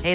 Hey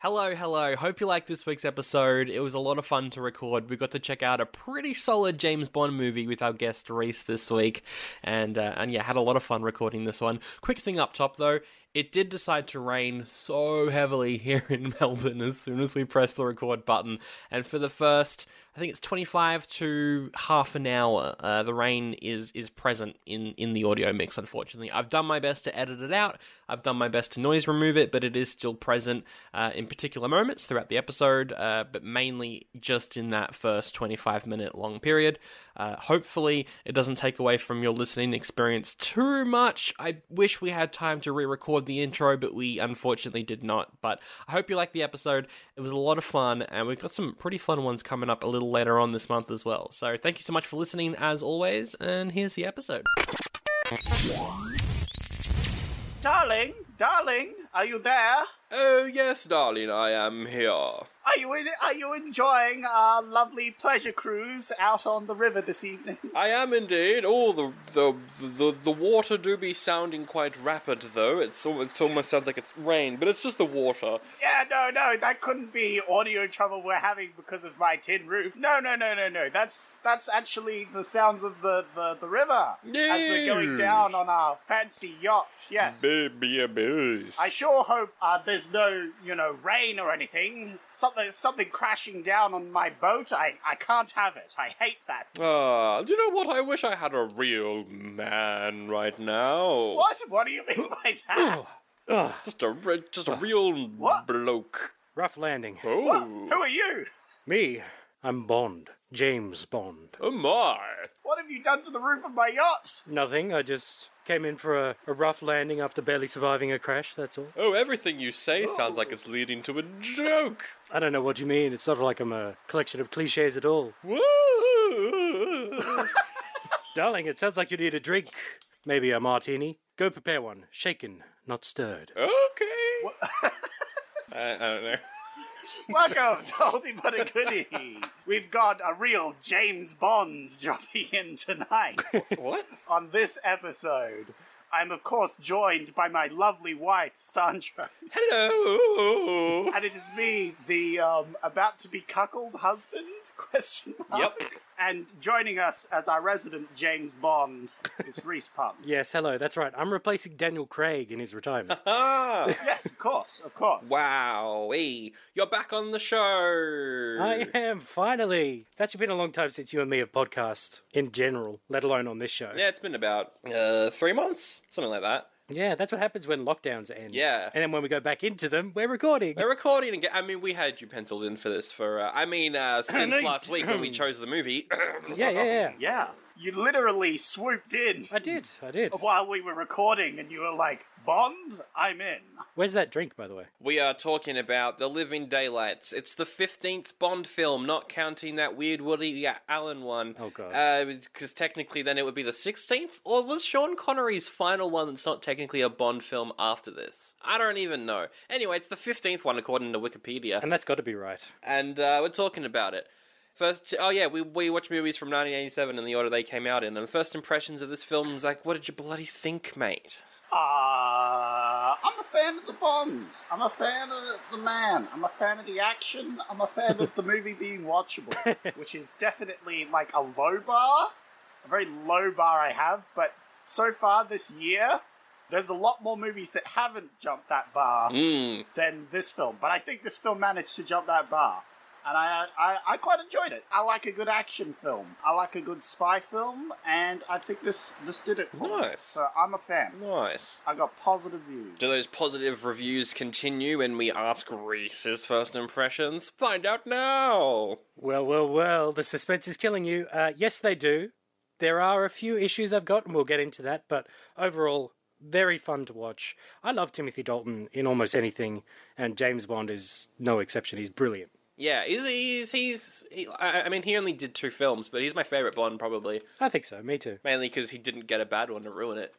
Hello, hello. Hope you liked this week's episode. It was a lot of fun to record. We got to check out a pretty solid James Bond movie with our guest Reese this week, and uh, and yeah, had a lot of fun recording this one. Quick thing up top though, it did decide to rain so heavily here in Melbourne as soon as we pressed the record button, and for the first, I think it's twenty five to half an hour, uh, the rain is is present in in the audio mix. Unfortunately, I've done my best to edit it out. I've done my best to noise remove it, but it is still present uh, in particular moments throughout the episode, uh, but mainly just in that first 25 minute long period. Uh, hopefully, it doesn't take away from your listening experience too much. I wish we had time to re record the intro, but we unfortunately did not. But I hope you liked the episode. It was a lot of fun, and we've got some pretty fun ones coming up a little later on this month as well. So thank you so much for listening, as always, and here's the episode. Darling, darling, are you there? Oh, yes, darling, I am here. Are you in, are you enjoying our lovely pleasure cruise out on the river this evening? I am indeed. Oh, the the the, the water do be sounding quite rapid, though. It's, al- it almost sounds like it's rain, but it's just the water. Yeah, no, no, that couldn't be audio trouble we're having because of my tin roof. No, no, no, no, no. That's that's actually the sounds of the the, the river as we're going Yes. down on our fancy yacht. Yes. Baby, baby. I sure hope uh, there's no, you know, rain or anything. Something, something crashing down on my boat. I, I can't have it. I hate that. Ah, do you know what? I wish I had a real man right now. What? What do you mean by that? Just a re- just a real What? bloke. Rough landing. Oh, What? Who are you? Me, I'm Bond. James Bond. oh my! What have you done to the roof of my yacht? Nothing, I just came in for a, a rough landing after barely surviving a crash, that's all. Oh, everything you say sounds like it's leading to a joke. I don't know what you mean. It's not like I'm a collection of cliches at all. Woo! Darling, it sounds like you need a drink. Maybe a martini. Go prepare one. Shaken, not stirred. Okay. I, I don't know. Welcome to Oldie But a Goodie. We've got a real James Bond dropping in tonight What? on this episode. I'm, of course, joined by my lovely wife, Sandra. Hello. And it is me, the um, about to be cuckold husband? Question mark. Yep. And joining us as our resident James Bond is Reese Putnam. Yes, hello, that's right. I'm replacing Daniel Craig in his retirement. Ah. Yes, of course, of course. Wow. Hey, you're back on the show. I am, finally. It's actually been a long time since you and me have podcast in general, let alone on this show. Yeah, it's been about uh, three months, something like that. Yeah, that's what happens when lockdowns end. Yeah. And then when we go back into them, we're recording. We're recording again. I mean, we had you penciled in for this for. Uh, I mean, uh, since last week when we chose the movie. Yeah, yeah, Um, yeah. Yeah. You literally swooped in I did, I Oh, did. while we were recording and you were like, Bond, I'm in. Where's that drink, by the way? We are talking about The Living Daylights. It's the 15th Bond film, not counting that weird Woody Allen one. Uh, Oh, God. Because technically then it would be the 16th? Or was Sean Connery's final one that's not technically a Bond film after this? I don't even know. Anyway, it's the 15th one according to Wikipedia. And that's got to be right. And uh, we're talking about it. First, oh yeah, we, we watch movies from 1987 in the order they came out in. And the first impressions of this film is like, what did you bloody think, mate? Uh, I'm a fan of the Bonds. I'm a fan of the- the man. I'm a fan of the action. I'm a fan of the movie being watchable, which is definitely like a low bar, a very low bar I have. But so far this year, there's a lot more movies that haven't jumped that bar than this film. But I think this film managed to jump that bar. and I, I I quite enjoyed it. I like a good action film. I like a good spy film, and I think this this did it for me. Nice. So I'm a fan. Nice. I got positive views. Do those positive reviews continue when we ask Reese his first impressions? Find out now! Well, well, well, the suspense is killing you. Uh, yes, they do. There are a few issues I've got, and we'll get into that, but overall, very fun to watch. I love Timothy Dalton in almost anything, and James Bond is no exception. He's brilliant. Yeah, he's. he's, he's he, I, I mean, he only did two films, but he's my favourite Bond, probably. I think so, me too. Mainly because he didn't get a bad one to ruin it.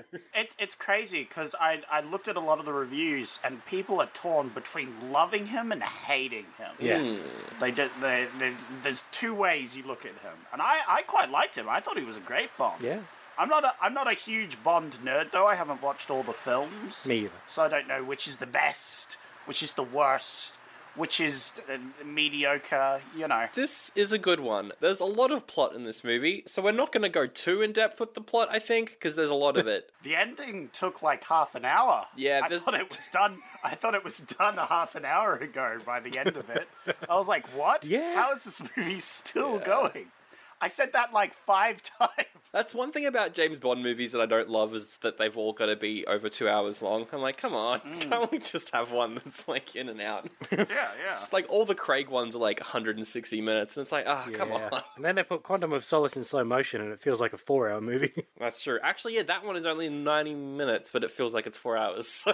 It's it's crazy because I I looked at a lot of the reviews and people are torn between loving him and hating him. Hmm, Yeah. They did. They, they, there's two ways you look at him, and I, I quite liked him. I thought he was a great Bond. Yeah. I'm not a I'm not a huge Bond nerd though. I haven't watched all the films. Me either. So I don't know which is the best, which is the worst, which is uh, mediocre. You know. This is a good one. There's a lot of plot in this movie, so we're not going to go too in depth with the plot, I think, because there's a lot of it. The ending took like half an hour. Yeah, I this- thought it was done. I thought it was done a half an hour ago. By the end of it, I was like, "What? Yeah. How is this movie still going?" I said that like five times. That's one thing about James Bond movies that I don't love is that they've all got to be over two hours long. I'm like, come on, can't we just have one that's like in and out? Yeah, yeah. It's like all the Craig ones are like 160 minutes, and it's like, ah, come Yeah. on. And then they put Quantum of Solace in slow motion, and it feels like a four hour movie. That's true. Actually, yeah, that one is only 90 minutes, but it feels like it's four hours.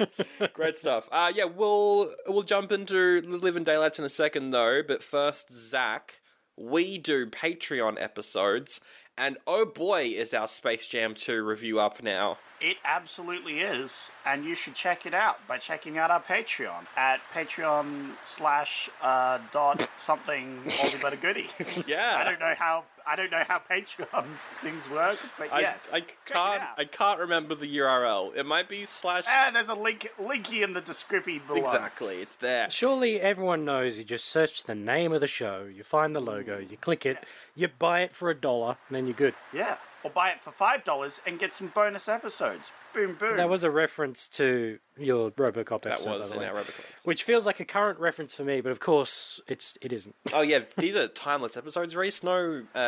So. Great stuff. Uh, yeah, we'll we'll jump into Living Daylights in a second though, but first, Zach, we do Patreon episodes, and oh boy, is our Space Jam 2 review up now. It absolutely is, and you should check it out by checking out our Patreon at Patreon slash uh, dot something all the better goody. I Yeah. don't know how I don't know how Patreon things work, but I, yes, I check it can't out. I can't remember the URL. It might be slash Ah, there's a link linky in the description below. Exactly, it's there. Surely everyone knows you just search the name of the show, you find the logo, you click it, you buy it for a dollar, and then you're good. Hmm. Yeah, or buy it for five dollars and get some bonus episodes. Boom, boom. That was a reference to your Robocop That episode. by was the in way. our Robocop. Which feels like a current reference for me, but of course it's it isn't. Oh yeah, these are timeless episodes. Reese, no uh,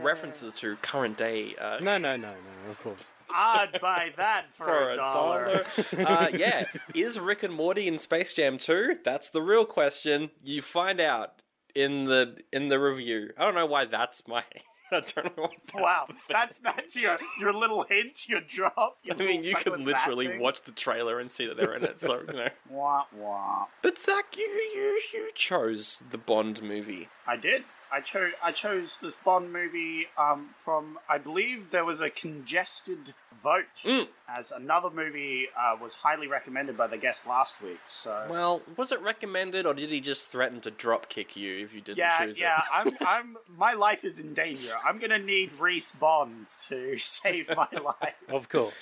references to current day. Uh, No, no, no, no, of course. I'd buy that for, for a dollar. uh, yeah, is Rick and Morty in Space Jam 2? That's the real question. You find out in the in the review. I don't know why that's my. I don't know. Why that's Wow, the thing. that's that's your your little hint, your drop. Your I mean, you can can literally watch the trailer and see that they're in it. So you know. Wah, wah. But Zach, you you you chose the Bond movie. I did. I chose I chose this Bond movie um, from I believe there was a congested vote Mm. as another movie uh, was highly recommended by the guest last week. So Well, was it recommended, or did he just threaten to drop kick you if you didn't yeah, choose yeah, it? I'm I'm my life is in danger. I'm gonna need Reese Bond to save my life. Of course.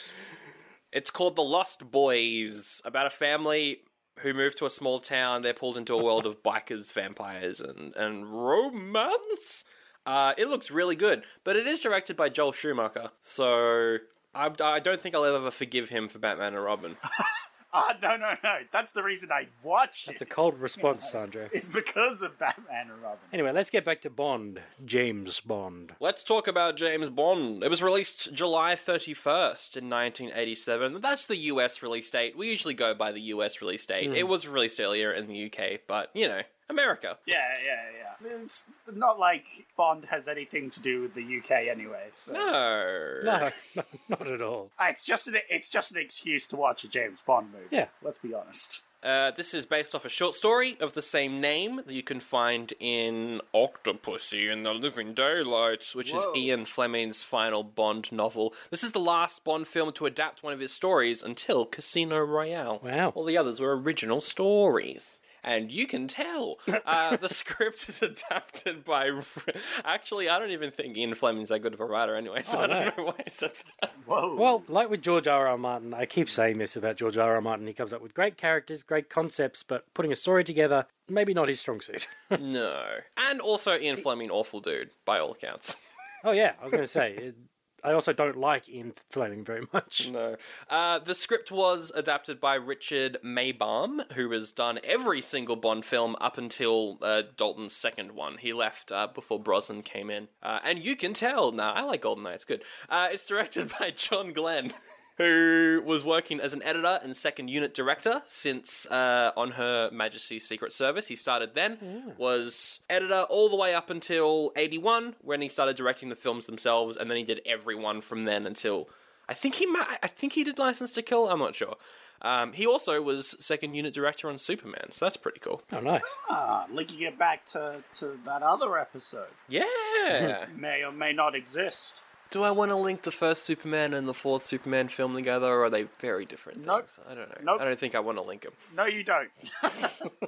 It's called The Lost Boys, about a family who move to a small town. They're pulled into a world of bikers, vampires, and, and romance. Uh, it looks really good, but it is directed by Joel Schumacher, so I, I don't think I'll ever forgive him for Batman and Robin. Ah, no, no, no. That's the reason I watch It's a it. cold response, Sandra. It's because of Batman and Robin. Anyway, let's get back to Bond. James Bond. Let's talk about James Bond. It was released July 31st in 1987. That's the US release date. We usually go by the US release date. It was released earlier in the UK, but you know, America. Yeah, yeah, yeah. It's not like Bond has anything to do with the UK anyway. So. No. No, no, not at all. Ah, It's just an it's just an excuse to watch a James Bond movie. Yeah. let's be honest. Uh, this is based off a short story of the same name that you can find in Octopussy and the Living Daylights, which Whoa. is Ian Fleming's final Bond novel. This is the last Bond film to adapt one of his stories until Casino Royale. Wow. All the others were original stories. And you can tell uh, the script is adapted by. Actually, I don't even think Ian Fleming's that good of a writer anyway, so I don't know why I said that. Whoa. Well, like with George R. R. Martin, I keep saying this about George R. R. Martin. He comes up with great characters, great concepts, but putting a story together, maybe not his strong suit. No. And also, Ian Fleming, awful dude, by all accounts. oh yeah, I was going to say. It, I also don't like Ian Fleming very much. No. Uh, the script was adapted by Richard Maybaum, who has done every single Bond film up until uh, Dalton's second one. He left uh, before Brosnan came in. Uh, and you can tell. Nah, I like GoldenEye, it's good. Uh, it's directed by John Glenn. Who was working as an editor and second unit director since uh, on Her Majesty's Secret Service? He started then, was editor all the way up until 81, when he started directing the films themselves, and then he did everyone from then until I think he might. I think he did License to Kill. I'm not sure. Um, he also was second unit director on Superman, so that's pretty cool. Oh, nice. Ah, linking it back to, to that other episode. Yeah. May or may not exist. Do I want to link the first Superman and the fourth Superman film together, or are they very different things? Nope. I don't know. Nope. I don't think I want to link them. No, you don't.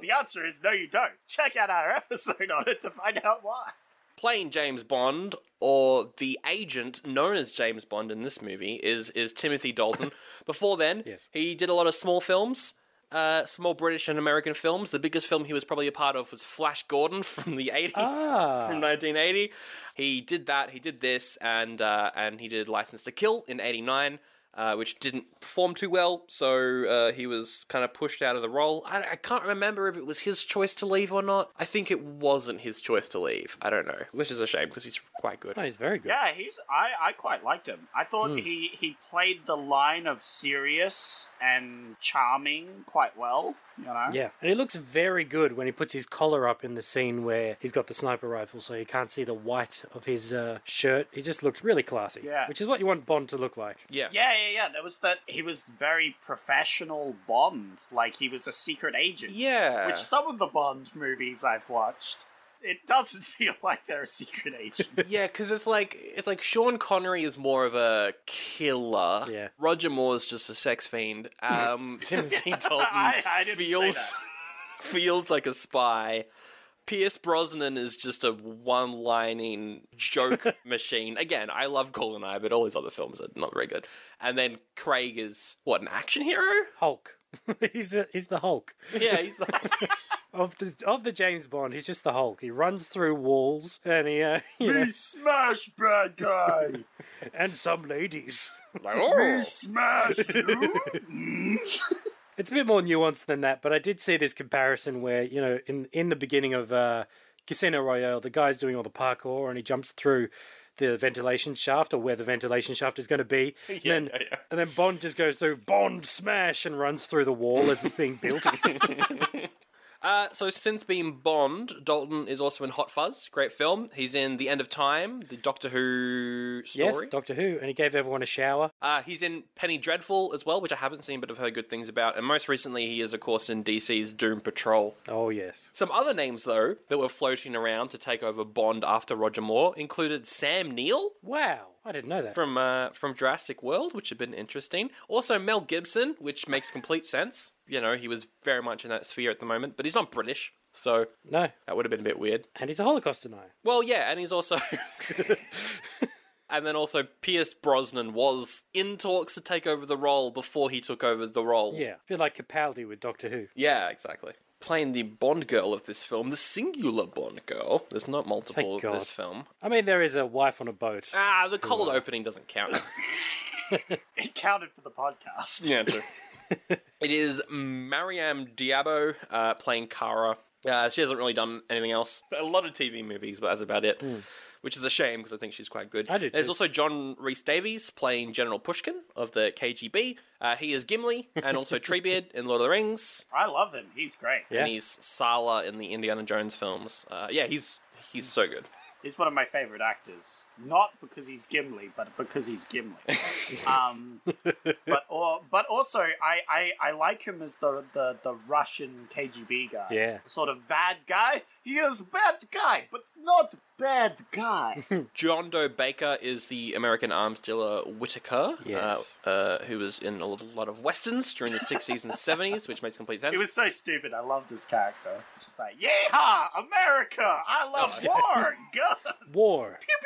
the answer is no, you don't. Check out our episode on it to find out why. Playing James Bond, or the agent known as James Bond in this movie, is is Timothy Dalton. Before then, Yes. he did a lot of small films. Uh, small British and American films. The biggest film he was probably a part of was Flash Gordon from the 80s. Ah, from 1980. He did that. He did this, and uh, and he did License to Kill in '89, uh, which didn't perform too well. So uh, he was kind of pushed out of the role. I, I can't remember if it was his choice to leave or not. I think it wasn't his choice to leave. I don't know, which is a shame because he's quite good. oh, he's very good. Yeah, he's. I, I quite liked him. I thought he, he played the line of serious and charming quite well. You know. Yeah, and he looks very good when he puts his collar up in the scene where he's got the sniper rifle, so you can't see the white of his uh, shirt. He just looks really classy. Yeah. which is what you want Bond to look like. Yeah. Yeah, yeah, yeah. There was that. He was very professional Bond. Like he was a secret agent. Yeah. Which some of the Bond movies I've watched, it doesn't feel like they're a secret agent. Yeah, because it's like it's like Sean Connery is more of a killer. Yeah. Roger Moore's just a sex fiend. Um, Timothy Dalton I- I didn't say feels that. feels like a spy. Pierce Brosnan is just a one-lining joke machine. Again, I love GoldenEye, but all his other films are not very good. And then Craig is what an action hero. Hulk. he's the, he's the Hulk Yeah, he's like of the of the James Bond. He's just the Hulk. He runs through walls and he uh, you know, Me smash bad guy. and some ladies. oh. Me smash you. It's a bit more nuanced than that, but I did see this comparison where you know in in the beginning of uh, Casino Royale, the guy's doing all the parkour and he jumps through the ventilation shaft or where the ventilation shaft is going to be. and then and then Bond just goes through Bond smash and runs through the wall as it's being built. Uh, so since being Bond, Dalton is also in Hot Fuzz, great film. He's in The End of Time, the Doctor Who story. yes, Doctor Who, and he gave everyone a shower. uh, he's in Penny Dreadful as well, which I haven't seen but have heard good things about. And most recently, he is of course in DC's Doom Patrol. Oh yes. Some other names though that were floating around to take over Bond after Roger Moore included Sam Neill Wow, I didn't know that. from uh, from Jurassic World, which had been interesting. Also Mel Gibson, which makes complete sense. You know, he was very much in that sphere at the moment, but he's not British, so no, that would have been a bit weird. and he's a Holocaust denier. Well, yeah, and he's also. and then also, Pierce Brosnan was in talks to take over the role before he took over the role. Yeah, a bit like Capaldi with Doctor Who. Yeah, exactly. Playing the Bond girl of this film, the singular Bond girl. There's not multiple Thank of this God. film. I mean, there is a wife on a boat. Ah, the cold opening doesn't count. It counted for the podcast. true. it is Mariam Diabo uh, playing Kara. Uh, she hasn't really done anything else. A lot of TV movies, but that's about it. Which is a shame because I think she's quite good. Hmm. I do There's too. also John Rhys Davies playing General Pushkin of the KGB. Uh, he is Gimli and also Treebeard in Lord of the Rings, I love him. He's great. Yeah. and he's Sala in the Indiana Jones films. Uh, yeah, he's he's so good. He's one of my favorite actors. Not because he's Gimli, but because he's Gimli. um, but or but also I, I, I like him as the, the, the Russian KGB guy. Yeah. Sort of bad guy. He is bad guy, but not bad guy. John Doe Baker is the American arms dealer Whitaker, Yes. uh, uh, who was in a lot of westerns during the 60s and 70s, which makes complete sense. it was so stupid. I love this character. Just like, yeehaw, America! I love war, guns. War. Pew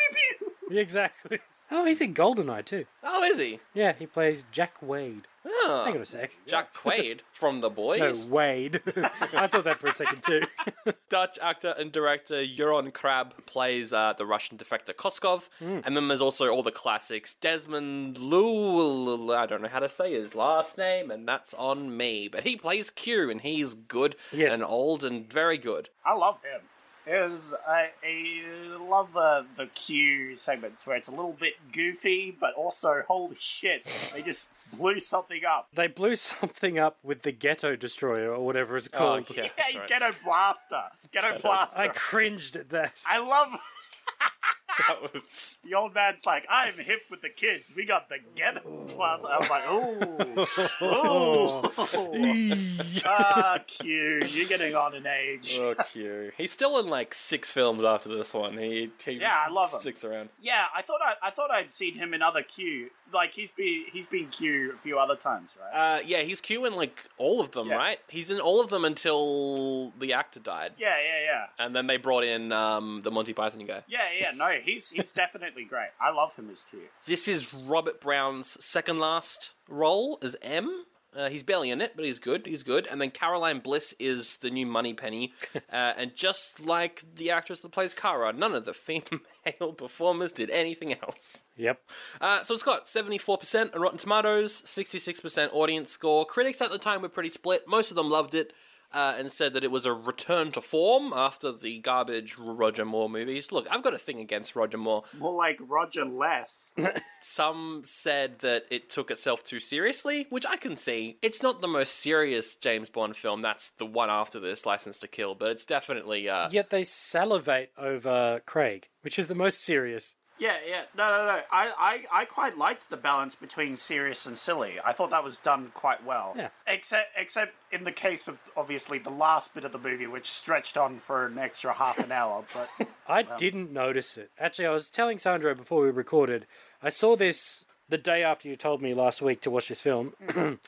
pew pew. Exactly. Oh, he's in Goldeneye too. Oh, is he? Yeah, he plays Jack Wade. Oh. Hang on a sec. Jack Quaid from The No, Boys. Wade. I thought that for a second too. Dutch actor and director Euron Crab plays uh, the Russian defector Koskov. Hmm. And then there's also all the classics. Desmond Lewell, I don't know how to say his last name, and that's on me. But he plays Q, and he's good Yes. and old and very good. I love him. It was, I, I love the, the Q segments where it's a little bit goofy, but also, holy shit, they just blew something up. they blew something up with the Ghetto Destroyer or whatever it's Oh, called. yeah, Yeah, that's you right. Ghetto Blaster. Ghetto Blaster. I I, cringed at that. love That was- the old man's like, I'm hip with the kids. We got the Ghetto Blaster. I was like, ooh, ooh. ah, Q, you're getting on in age. Oh, Q. He's still in like six films after this one. He, he Yeah, I love him. sticks around. Yeah, I thought I, I thought I'd seen him in other Q. Like he's been he's been Q a few other times, right? Uh, yeah, he's Q in like all of them, Yeah. right? He's in all of them until the actor died. yeah, yeah, yeah. And then they brought in um, the Monty Python guy. Yeah, yeah, no, he's he's definitely great. I love him as Q. This is Robert Brown's second last role as M. Uh, he's barely in it, but he's good. He's good. And then Caroline Bliss is the new Money Penny. uh, and just like the actress that plays Kara, none of the female performers did anything else. Yep. Uh, so it's got 74% on Rotten Tomatoes, 66% audience score. Critics at the time were pretty split. Most of them loved it uh, and said that it was a return to form after the garbage Roger Moore movies. Look, I've got a thing against Roger Moore. More like Roger Less. Some said that it took itself too seriously, which I can see. It's not the most serious James Bond film. That's the one after this, License to Kill, but it's definitely. Uh, Yet they salivate over Craig, which is the most serious. yeah, yeah. No, no, no. I, I, I quite liked the balance between serious and silly. I thought that was done quite well. Yeah. Except except in the case of obviously the last bit of the movie which stretched on for an extra half an hour, but I didn't notice it. Actually, I was telling Sandro before we recorded, I saw this the day after you told me last week to watch this film,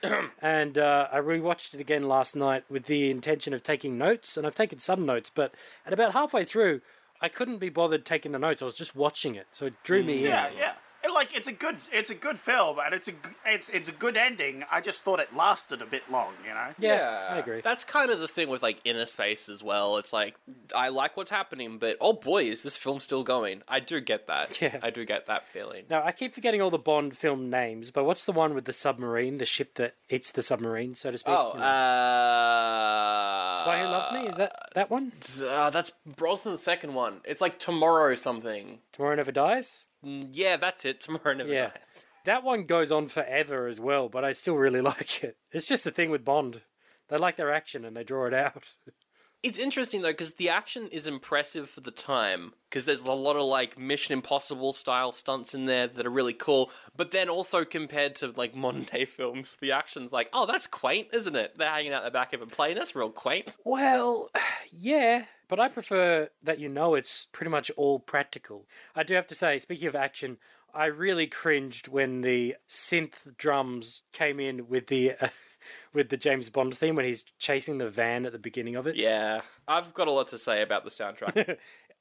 and uh, I rewatched it again last night with the intention of taking notes, and I've taken some notes, but at about halfway through, I couldn't be bothered taking the notes. I was just watching it, so it drew me in. yeah, yeah. And, Like it's a good, it's a good film, and it's a, g- it's, it's a good ending. I just thought it lasted a bit long, you know. Yeah, I agree. That's kind of the thing with like Inner Space as well. It's like I like what's happening, but oh boy, is this film still going? I do get that. Yeah. I do get that feeling. Now I keep forgetting all the Bond film names, but what's the one with the submarine, the ship that eats the submarine, so to speak? Oh, You know, uh, Spy Who Loved Me? Is that that one? uh, that's Brosnan's second one. It's like tomorrow something. Tomorrow Never Dies. Yeah, that's it. Tomorrow never Yeah. dies. That one goes on forever as well, but I still really like it. It's just the thing with Bond. They like their action and they draw it out. It's interesting though because the action is impressive for the time because there's a lot of like Mission Impossible style stunts in there that are really cool. But then also compared to like modern day films, the action's like, oh, that's quaint, isn't it? They're hanging out the back of a plane. That's real quaint. Well, yeah, but I prefer that you know it's pretty much all practical. I do have to say, speaking of action, I really cringed when the synth drums came in with the uh, with the James Bond theme when he's chasing the van at the beginning of it. Yeah, I've got a lot to say about the soundtrack.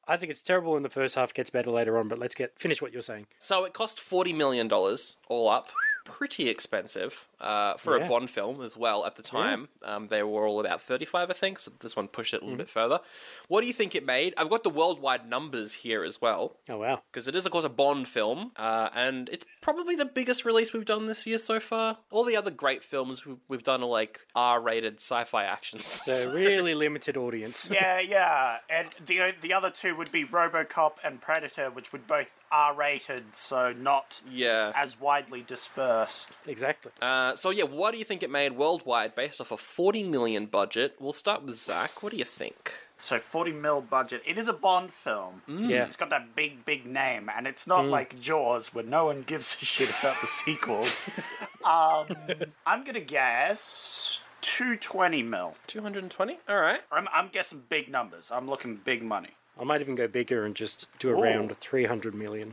I think it's terrible in the first half, gets better later on, but let's get finish what you're saying. so it cost forty million dollars all up. Pretty expensive uh, for Yeah. a Bond film as well at the time. Um, they were all about thirty-five, I think. So this one pushed it a little bit further. What do you think it made? I've got the worldwide numbers here as well. Oh wow. because it is, of course, a Bond film, uh, and it's probably the biggest release we've done this year so far. All the other great films we- we've done are like R-rated sci-fi actions. So really limited audience. Yeah, yeah, and the the other two would be RoboCop and Predator, which would both R rated, so not yeah. as widely dispersed. Exactly. Uh, so yeah, what do you think it made worldwide based off a 40 million budget? We'll start with Zach. What do you think? So forty mil budget. It is a Bond film. Yeah. It's got that big, big name, and it's not like Jaws, where no one gives a shit about the sequels. um, I'm gonna guess two twenty mil. 220. All right. I'm, I'm guessing big numbers. I'm looking big money. I might even go bigger and just do around 300 million.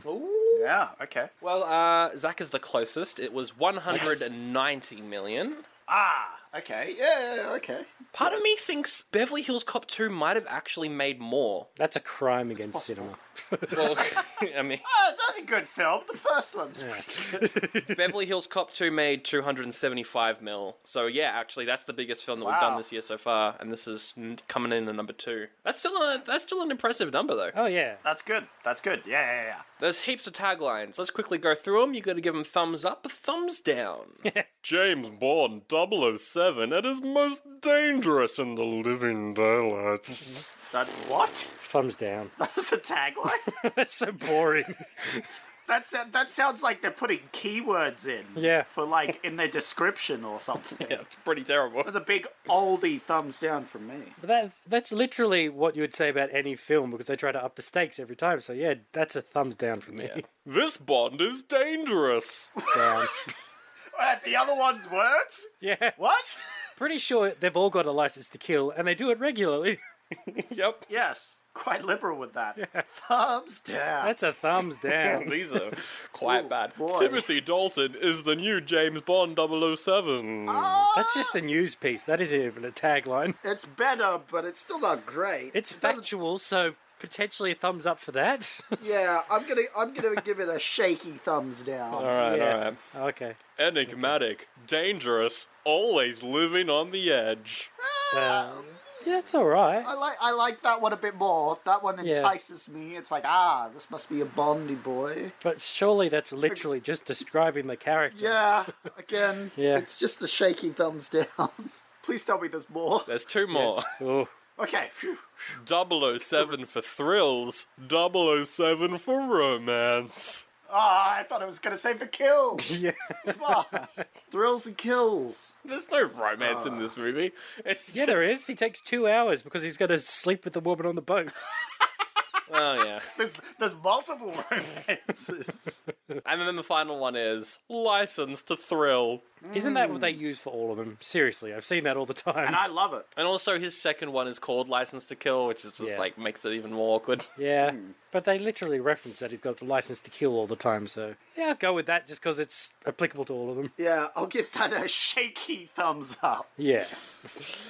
Yeah. Okay. Well, uh, Zach is the closest. It was 190 million. Ah. Okay. Yeah. yeah, Okay. Part of me thinks Beverly Hills Cop 2 might have actually made more. That's a crime against cinema. Well, I mean, Oh, that's a good film. The first one's Beverly Hills Cop 2 made 275 mil. So, yeah, actually, that's the biggest film that we've done Wow. this year so far, and this is n- coming in at number two. That's still, a, that's still an impressive number, though. Oh yeah. that's good. That's good. Yeah, yeah, yeah. There's heaps of taglines. Let's quickly go through them. You got to give them thumbs up, thumbs down. James Bond 007, it is most dangerous in the living daylights. That what? Thumbs down. That's a tagline. That's so boring. That's that sounds like they're putting keywords in. Yeah. For like in their description or something. yeah, it's pretty terrible. That's a big oldie thumbs down from me. But that's that's literally what you would say about any film because they try to up the stakes every time. So yeah, that's a thumbs down for me. This Bond is dangerous. Down. Uh, the other one's words? Yeah. What? Pretty sure they've all got a license to kill and they do it regularly. yep. Yes, quite liberal with that. Thumbs down. That's a thumbs down. These are quite bad. boy. Timothy Dalton is the new James Bond 007. That's just a news piece. That isn't even a tagline. it's better, but it's still not great. It's It doesn't- factual, so potentially a thumbs up for that. Yeah, I'm gonna I'm gonna give it a shaky thumbs down. All right, Yeah. all right. okay. Enigmatic, dangerous, always living on the edge. Um, yeah, it's all right. I like I like that one a bit more. That one Yeah. entices me. It's like ah, this must be a Bondy boy. But surely that's literally just describing the character. Yeah, again, Yeah. it's just a shaky thumbs down. Please tell me there's more. There's two more. Oh, Okay, phew. 007 for thrills, 007 for romance. Ah, I thought I was gonna say for kill. Yeah, thrills and kills. There's no romance in this movie. It's yeah, just- there is. He takes two hours because he's got to sleep with the woman on the boat. Oh, yeah. There's there's multiple romances. And then the final one is License to Thrill. Isn't that what they use for all of them? Seriously, I've seen that all the time. Mm. I love it. And also his second one is called License to Kill, which is just Yeah. like makes it even more awkward. yeah, Hmm. but they literally reference that he's got the license to kill all the time. So yeah, I'll go with that just because it's applicable to all of them. Yeah, I'll give that a shaky thumbs up. Yeah,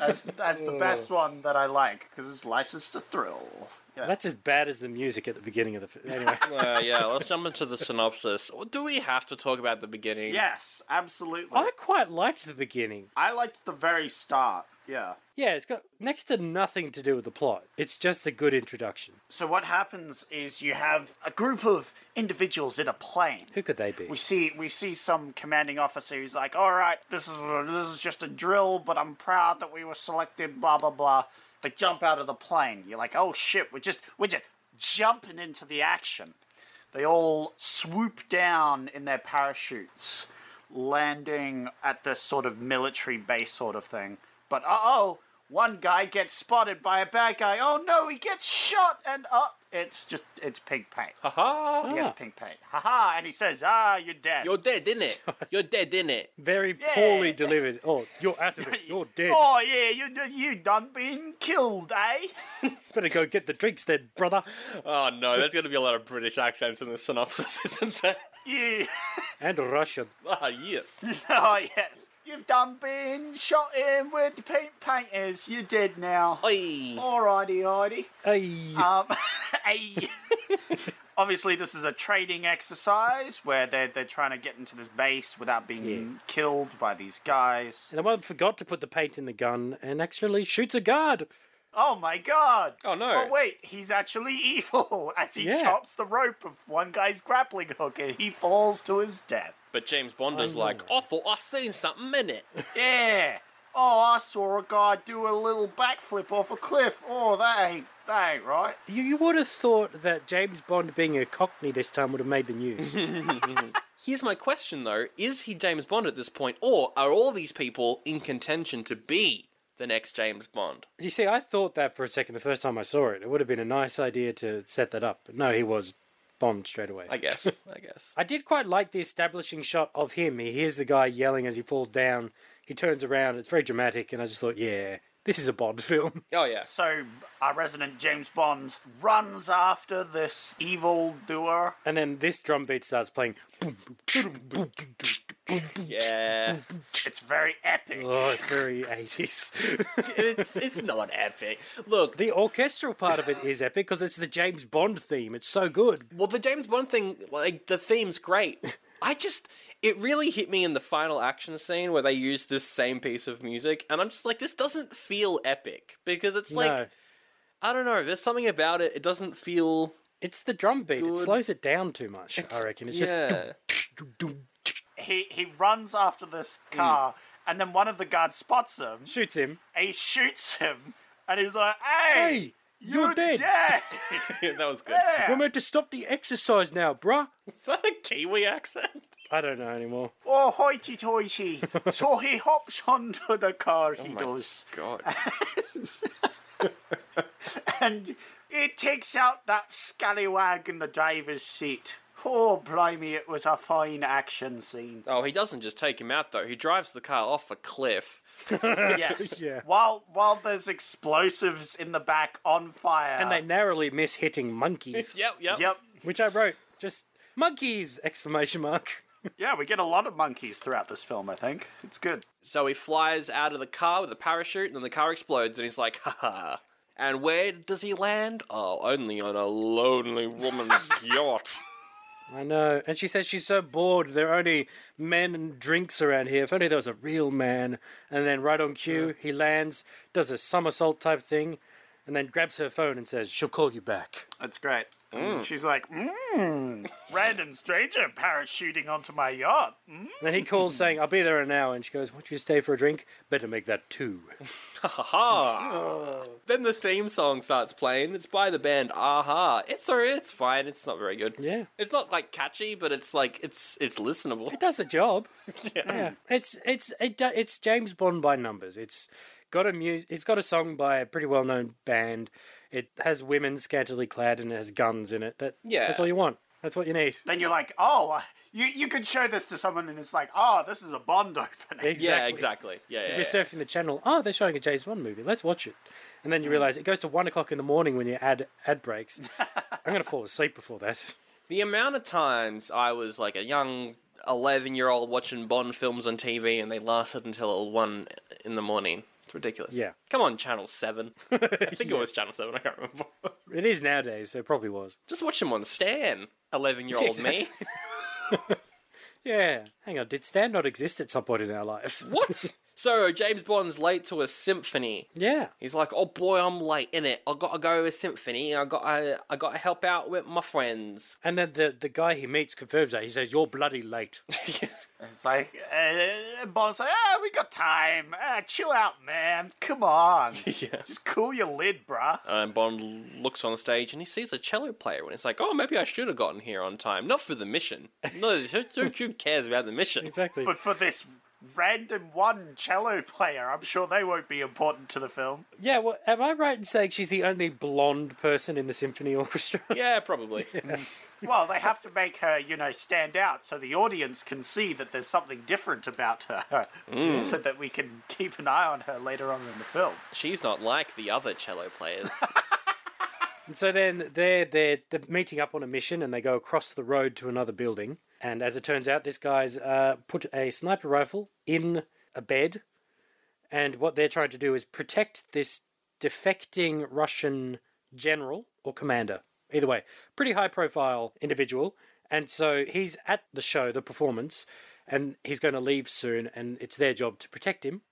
That's, that's the best one that I like because it's licensed to thrill. Yeah. that's as bad as the music at the beginning of the film. Anyway, Uh, yeah, let's jump into the synopsis. Do we have to talk about the beginning? yes, absolutely. I quite liked the beginning. I liked the very start. Yeah. Yeah, it's got next to nothing to do with the plot. It's just a good introduction. So what happens is you have a group of individuals in a plane. Who could they be? We see we see some commanding officer who's like, "All right, this is this is just a drill, but I'm proud that we were selected." Blah blah blah. They jump out of the plane. You're like, "Oh shit, we're just we're just jumping into the action." They all swoop down in their parachutes, landing at this sort of military base sort of thing. But uh oh, one guy gets spotted by a bad guy. Oh no, he gets shot, and uh, it's just it's pink paint. Aha! He has pink paint. Haha, and he says, ah, you're dead. You're dead, didn't it? You're dead, didn't it? Very poorly delivered. Oh, you're out of it. You're dead. Oh, yeah, you, you done been killed, eh? Better go get the drinks then, brother. Oh no, there's going to be a lot of British accents in the synopsis, isn't there? You, And Russian. Ah, yes. oh, yes. You've done been shot in with the pink paint is. You're dead now. Oi. Alrighty, alrighty. Hey. Um, hey. Obviously, this is a training exercise where they're, they're trying to get into this base without being killed by these guys. And the one forgot to put the paint in the gun and actually shoots a guard. Oh my god! Oh, no. Oh wait, he's actually evil as he Yeah. chops the rope of one guy's grappling hook and he falls to his death. But James Bond is like, I thought I seen something in it. Yeah. Oh, I saw a guy do a little backflip off a cliff. Oh, that ain't that ain't right. You, you would have thought that James Bond being a cockney this time would have made the news. Here's my question though: Is he James Bond at this point, or are all these people in contention to be the next James Bond? you see, I thought that for a second the first time I saw it. It would have been a nice idea to set that up. But no, he was Bond straight away. I guess. I guess. I did quite like the establishing shot of him. He hears the guy yelling as he falls down. He turns around. It's very dramatic, and I just thought, yeah, this is a Bond film. Oh yeah. So our resident James Bond runs after this evil doer. And then this drum beat starts playing. Yeah. It's very epic. Oh, it's very 80s. it's, it's not epic. Look, the orchestral part of it is epic because it's the James Bond theme. It's so good. Well, the James Bond thing, like the theme's great. I just it really hit me in the final action scene where they use this same piece of music, and I'm just like, this doesn't feel epic because it's no, like I don't know. There's something about it. It doesn't feel. it's the drum beat. It good. slows it down too much, I reckon. It's just. yeah. He he runs after this Mm. car, and then one of the guards spots him. Shoots him. And he shoots him, and he's like, "Hey, Hey, you're dead. Yeah, that was good. We're meant to stop the exercise now, bruh. Is that a Kiwi accent? I don't know anymore. oh, hoity toity." so he hops onto the car. Oh he does, God. and it takes out that scallywag in the driver's seat. Oh, blimey! It was a fine action scene. Oh, he doesn't just take him out though. He drives the car off a cliff. Yes. Yeah. While while there's explosives in the back on fire. And they narrowly miss hitting monkeys, Yep, yep. Yep. which I wrote just monkeys! Exclamation mark. Yeah, we get a lot of monkeys throughout this film. I think it's good. So he flies out of the car with a parachute, and then the car explodes, and he's like, "Ha ha!" And where does he land? Oh, only on a lonely woman's yacht. I know. And she says she's so bored. There are only men and drinks around here. If only there was a real man. And then, right on cue, he lands, does a somersault type thing, and then grabs her phone and says, She'll call you back. That's great. Mm. She's like, mmm, random stranger parachuting onto my yacht. Mm. And then he calls, saying, I'll be there in an hour. And she goes, Won't you stay for a drink? Better make that two. then this theme song starts playing. It's by the band Aha. It's all right, it's fine. It's not very good. Yeah. It's not like catchy, but it's like it's it's listenable. It does the job. yeah. It's it's it, do- it's James Bond by numbers. It's got a mu- it's got a song by a pretty well known band. It has women scantily clad and it has guns in it. That Yeah. that's all you want. That's what you need. Then you're like, oh, uh, you, you could show this to someone and it's like, oh, this is a Bond opening. Exactly. Yeah, exactly. Yeah, yeah. If you're surfing the channel, oh, they're showing a James Bond movie. Let's watch it. And then you Mm. realize it goes to one o'clock in the morning when you ad ad breaks. I'm gonna fall asleep before that. The amount of times I was like a young 11 year old watching Bond films on TV and they lasted until 1 in the morning. It's ridiculous. Yeah. Come on, Channel 7. I think it was Channel 7, I can't remember. It is nowadays. So it probably was. Just watch them on Stan, 11 year old me. Yeah. Hang on. Did Stan not exist at some point in our lives? What? So, James Bond's late to a symphony. Yeah. He's like, "Oh boy, I'm late in it. I gotta go to a symphony. I got I, I gotta help out with my friends." And then the, the guy he meets confirms that. He says, You're bloody late. It's like, uh, Bond's like, ah, we got time. Ah, chill out, man. Come on. Just cool your lid, bruh. And Bond looks on stage and he sees a cello player, and it's like, "Oh, maybe I should have gotten here on time. Not for the mission. No, who, who cares about the mission? exactly. But for this random one cello player, I'm sure they won't be important to the film. Yeah, well, am I right in saying she's the only blonde person in the symphony orchestra? Yeah, probably. Well, they have to make her, you know, stand out so the audience can see that there's something different about her, so that we can keep an eye on her later on in the film. She's not like the other cello players. And so then they're, they're, they're meeting up on a mission and they go across the road to another building. And as it turns out, this guy's uh, put a sniper rifle in a bed. And what they're trying to do is protect this defecting Russian general or commander. Either way, pretty high profile individual. And so he's at the show, the performance, and he's going to leave soon. And it's their job to protect him.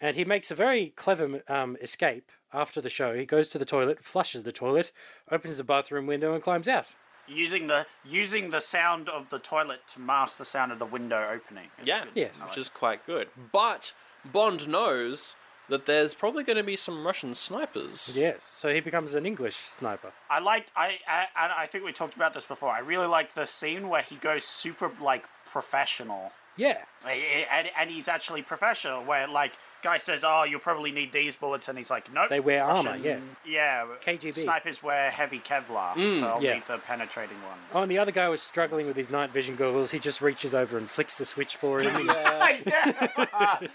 And he makes a very clever um, escape after the show. He goes to the toilet, flushes the toilet, opens the bathroom window, and climbs out. Using the using the sound of the toilet to mask the sound of the window opening. yeah, Yes. which is quite good. But Bond knows that there's probably going to be some Russian snipers. Yes. So he becomes an English sniper. I liked I, I and I think we talked about this before. I really liked the scene where he goes super like professional. Yeah. Like, eh, And, and he's actually professional, where like guy says, "Oh, you'll probably need these bullets," and he's like, "Nope." They wear armor, yeah. yeah. KGB. snipers wear heavy Kevlar, so I'll Mm, yeah. need the penetrating one. Oh, and the other guy was struggling with his night vision goggles. He just reaches over and flicks the switch for him. that, wa-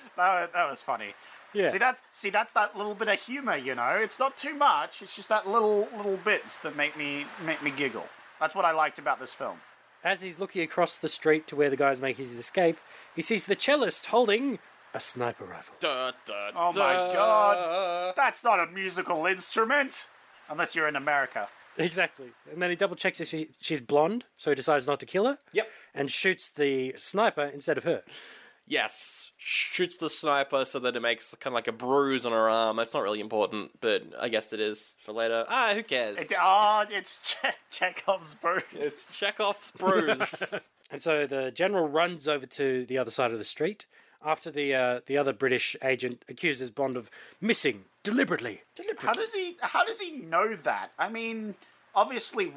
that was funny. Yeah. See that's see that's that little bit of humor, you know. It's not too much. It's just that little little bits that make me make me giggle. That's what I liked about this film. As he's looking across the street to where the guys make his escape, he sees the cellist holding a sniper rifle. Da, da, Oh my da. god. That's not a musical instrument. Unless you're in America. Exactly. And then he double checks if she, she's blonde, so he decides not to kill her. Yep. And shoots the sniper instead of her. Yes. Shoots the sniper so that it makes kind of like a bruise on her arm. It's not really important, but I guess it is for later. Ah, who cares? It, oh, it's che- Chekhov's bird. It's Chekhov's bruise. And so the general runs over to the other side of the street after the uh, the other British agent accuses Bond of missing deliberately. How does he? How does he know that? I mean, obviously,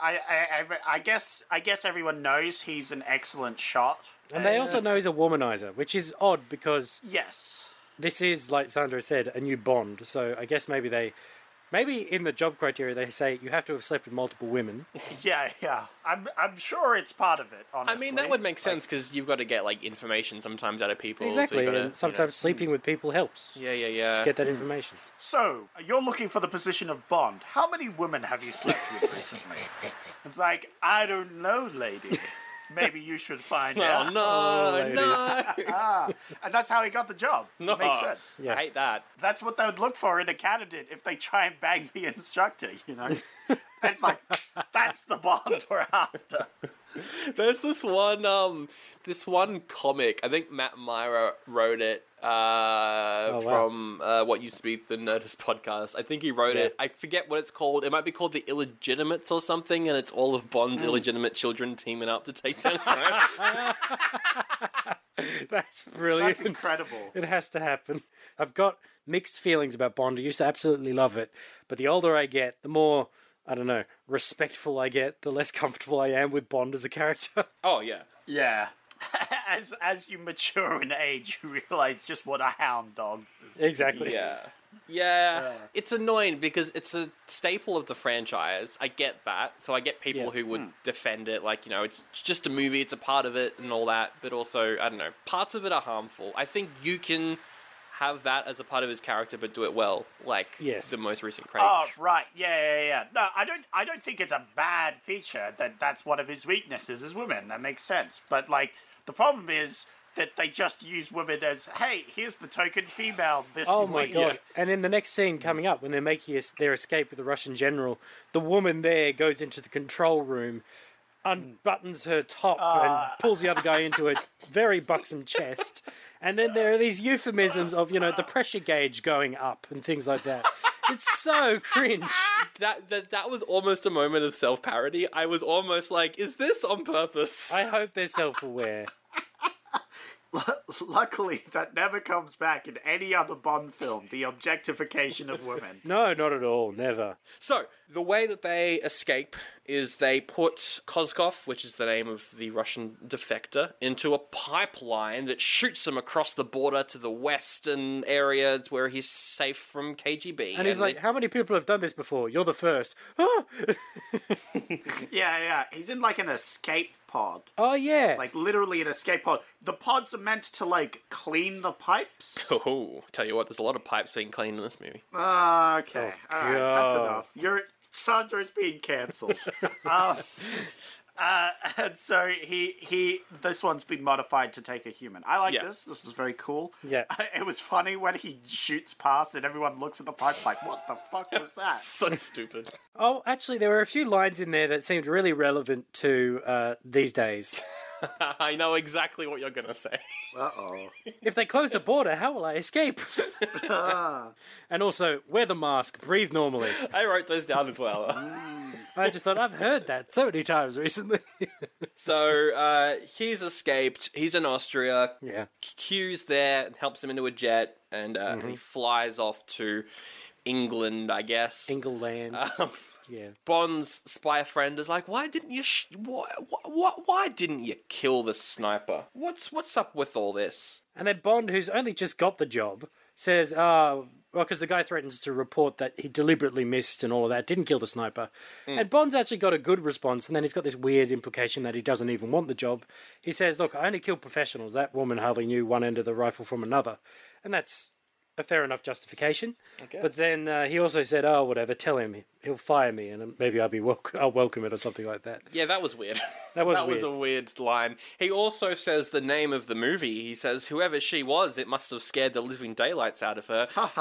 I, I, I, I guess, I guess everyone knows he's an excellent shot. And they also know he's a womanizer, which is odd because Yes. this is, like Sandra said, a new Bond. So I guess maybe they, maybe in the job criteria they say you have to have slept with multiple women. Yeah, yeah. I'm, I'm sure it's part of it. I Honestly, mean, that would make sense because you've got to get like information sometimes out of people. so you exactly, gotta, you know- and sometimes sleeping with people helps. yeah, yeah, yeah. Get that information. So you're looking for the position of Bond. How many women have you slept with recently? It's like I don't know, lady. Maybe you should find Oh out. no, no! And that's how he got the job. It makes sense. Yeah. I hate that. That's what they would look for in a candidate if they try and bang the instructor, you know? it's like, that's the Bond we're after. There's this one, um, this one comic. I think Matt Myra wrote it uh, Oh, wow. from uh, what used to be the Nerdist podcast. I think he wrote it. I forget what it's called. It might be called the Illegitimates or something, and it's all of Bond's Hmm. illegitimate children teaming up to take down. crime. That's brilliant. That's incredible. It has to happen. I've got mixed feelings about Bond. I used to absolutely love it, but the older I get, the more I don't know respectful I get, the less comfortable I am with Bond as a character. oh yeah. Yeah. As as you mature in age, you realize just what a hound dog is. exactly. Yeah. Yeah. It's annoying because it's a staple of the franchise. I get that. So I get people Yeah. Hmm. who would defend it, like, you know, it's it's just a movie, it's a part of it and all that. But also, I don't know, parts of it are harmful. I think you can have that as a part of his character, but do it well. Like Yes. Ah. the most recent Craig. Oh right, yeah, yeah, yeah. No, I don't. I don't think it's a bad feature that that's one of his weaknesses is women. That makes sense. But like, the problem is that they just use women as, hey, here's the token female. This Oh my week." god! And in the next scene coming up, when they're making es- their escape with the Russian general, the woman there goes into the control room, unbuttons her top, and pulls the other guy into a very buxom chest. And then there are these euphemisms of you know the pressure gauge going up and things like that. It's so cringe. That, that that was almost a moment of self parody. I was almost like, is this on purpose? I hope they're self-aware. Luckily, that never comes back in any other Bond film. The objectification of women. No, not at all. Never. So, the way that they escape is they put Kozkov, which is the name of the Russian defector, into a pipeline that shoots him across the border to the western area where he's safe from KGB. And he's like, they- "How many people have done this before? You're the first. Ah! Yeah, yeah. He's in like an escape pod. oh yeah. Like literally an escape pod. The pods are meant to like clean the pipes. Oh, tell you what, there's a lot of pipes being cleaned in this movie. Ah, okay, all right, that's God. enough. Your Sandra's being cancelled. um, uh, and so he he. This one's been modified to take a human. I like Yeah. this. This is very cool. Yeah. it was funny when he shoots past and everyone looks at the pipes like, "What the fuck was that?" So stupid. Oh, actually, there were a few lines in there that seemed really relevant to uh, these days. I know exactly what you're going to say. Uh oh. if they close the border, how will I escape? and also, wear the mask, breathe normally. I wrote those down as well. I just thought, I've heard that so many times recently. so, uh, he's escaped. He's in Austria. yeah. Q's there and helps him into a jet, and, uh, and he flies off to England, I guess. England. yeah. Bond's spy friend is like, "Why didn't you? Sh- why, why, why didn't you kill the sniper? What's what's up with all this?" And then Bond, who's only just got the job, says, uh, well, because the guy threatens to report that he deliberately missed and all of that, didn't kill the sniper. Hmm. And Bond's actually got a good response, and then he's got this weird implication that he doesn't even want the job. He says, Look, I only kill professionals. That woman hardly knew one end of the rifle from another. And that's a fair enough justification. But then uh, he also said, "Oh, whatever. Tell him he'll fire me, and maybe I'll be welcome. I'll welcome it or something like that." Yeah, that was weird. That was that was weird. a weird line. He also says the name of the movie. He says, "Whoever she was, it must have scared the living daylights out of her." Ha ha!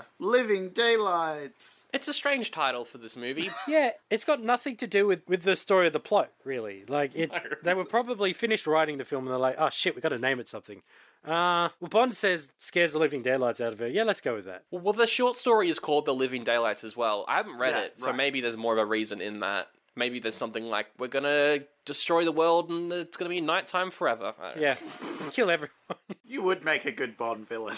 Ah, Living daylights. It's a strange title for this movie. Yeah, it's got nothing to do with, with the story of the plot, really. Like it, they were probably finished writing the film and they're like, "Oh shit, we got to name it something." Uh, well, Bond says scares the living daylights out of her. Yeah, let's go with that. well, the short story is called "The Living Daylights" as well. I haven't read Yeah, it, so right. maybe there's more of a reason in that. Maybe there's something like we're gonna destroy the world and it's gonna be nighttime forever. I don't know. Yeah, let's kill everyone. You would make a good Bond villain.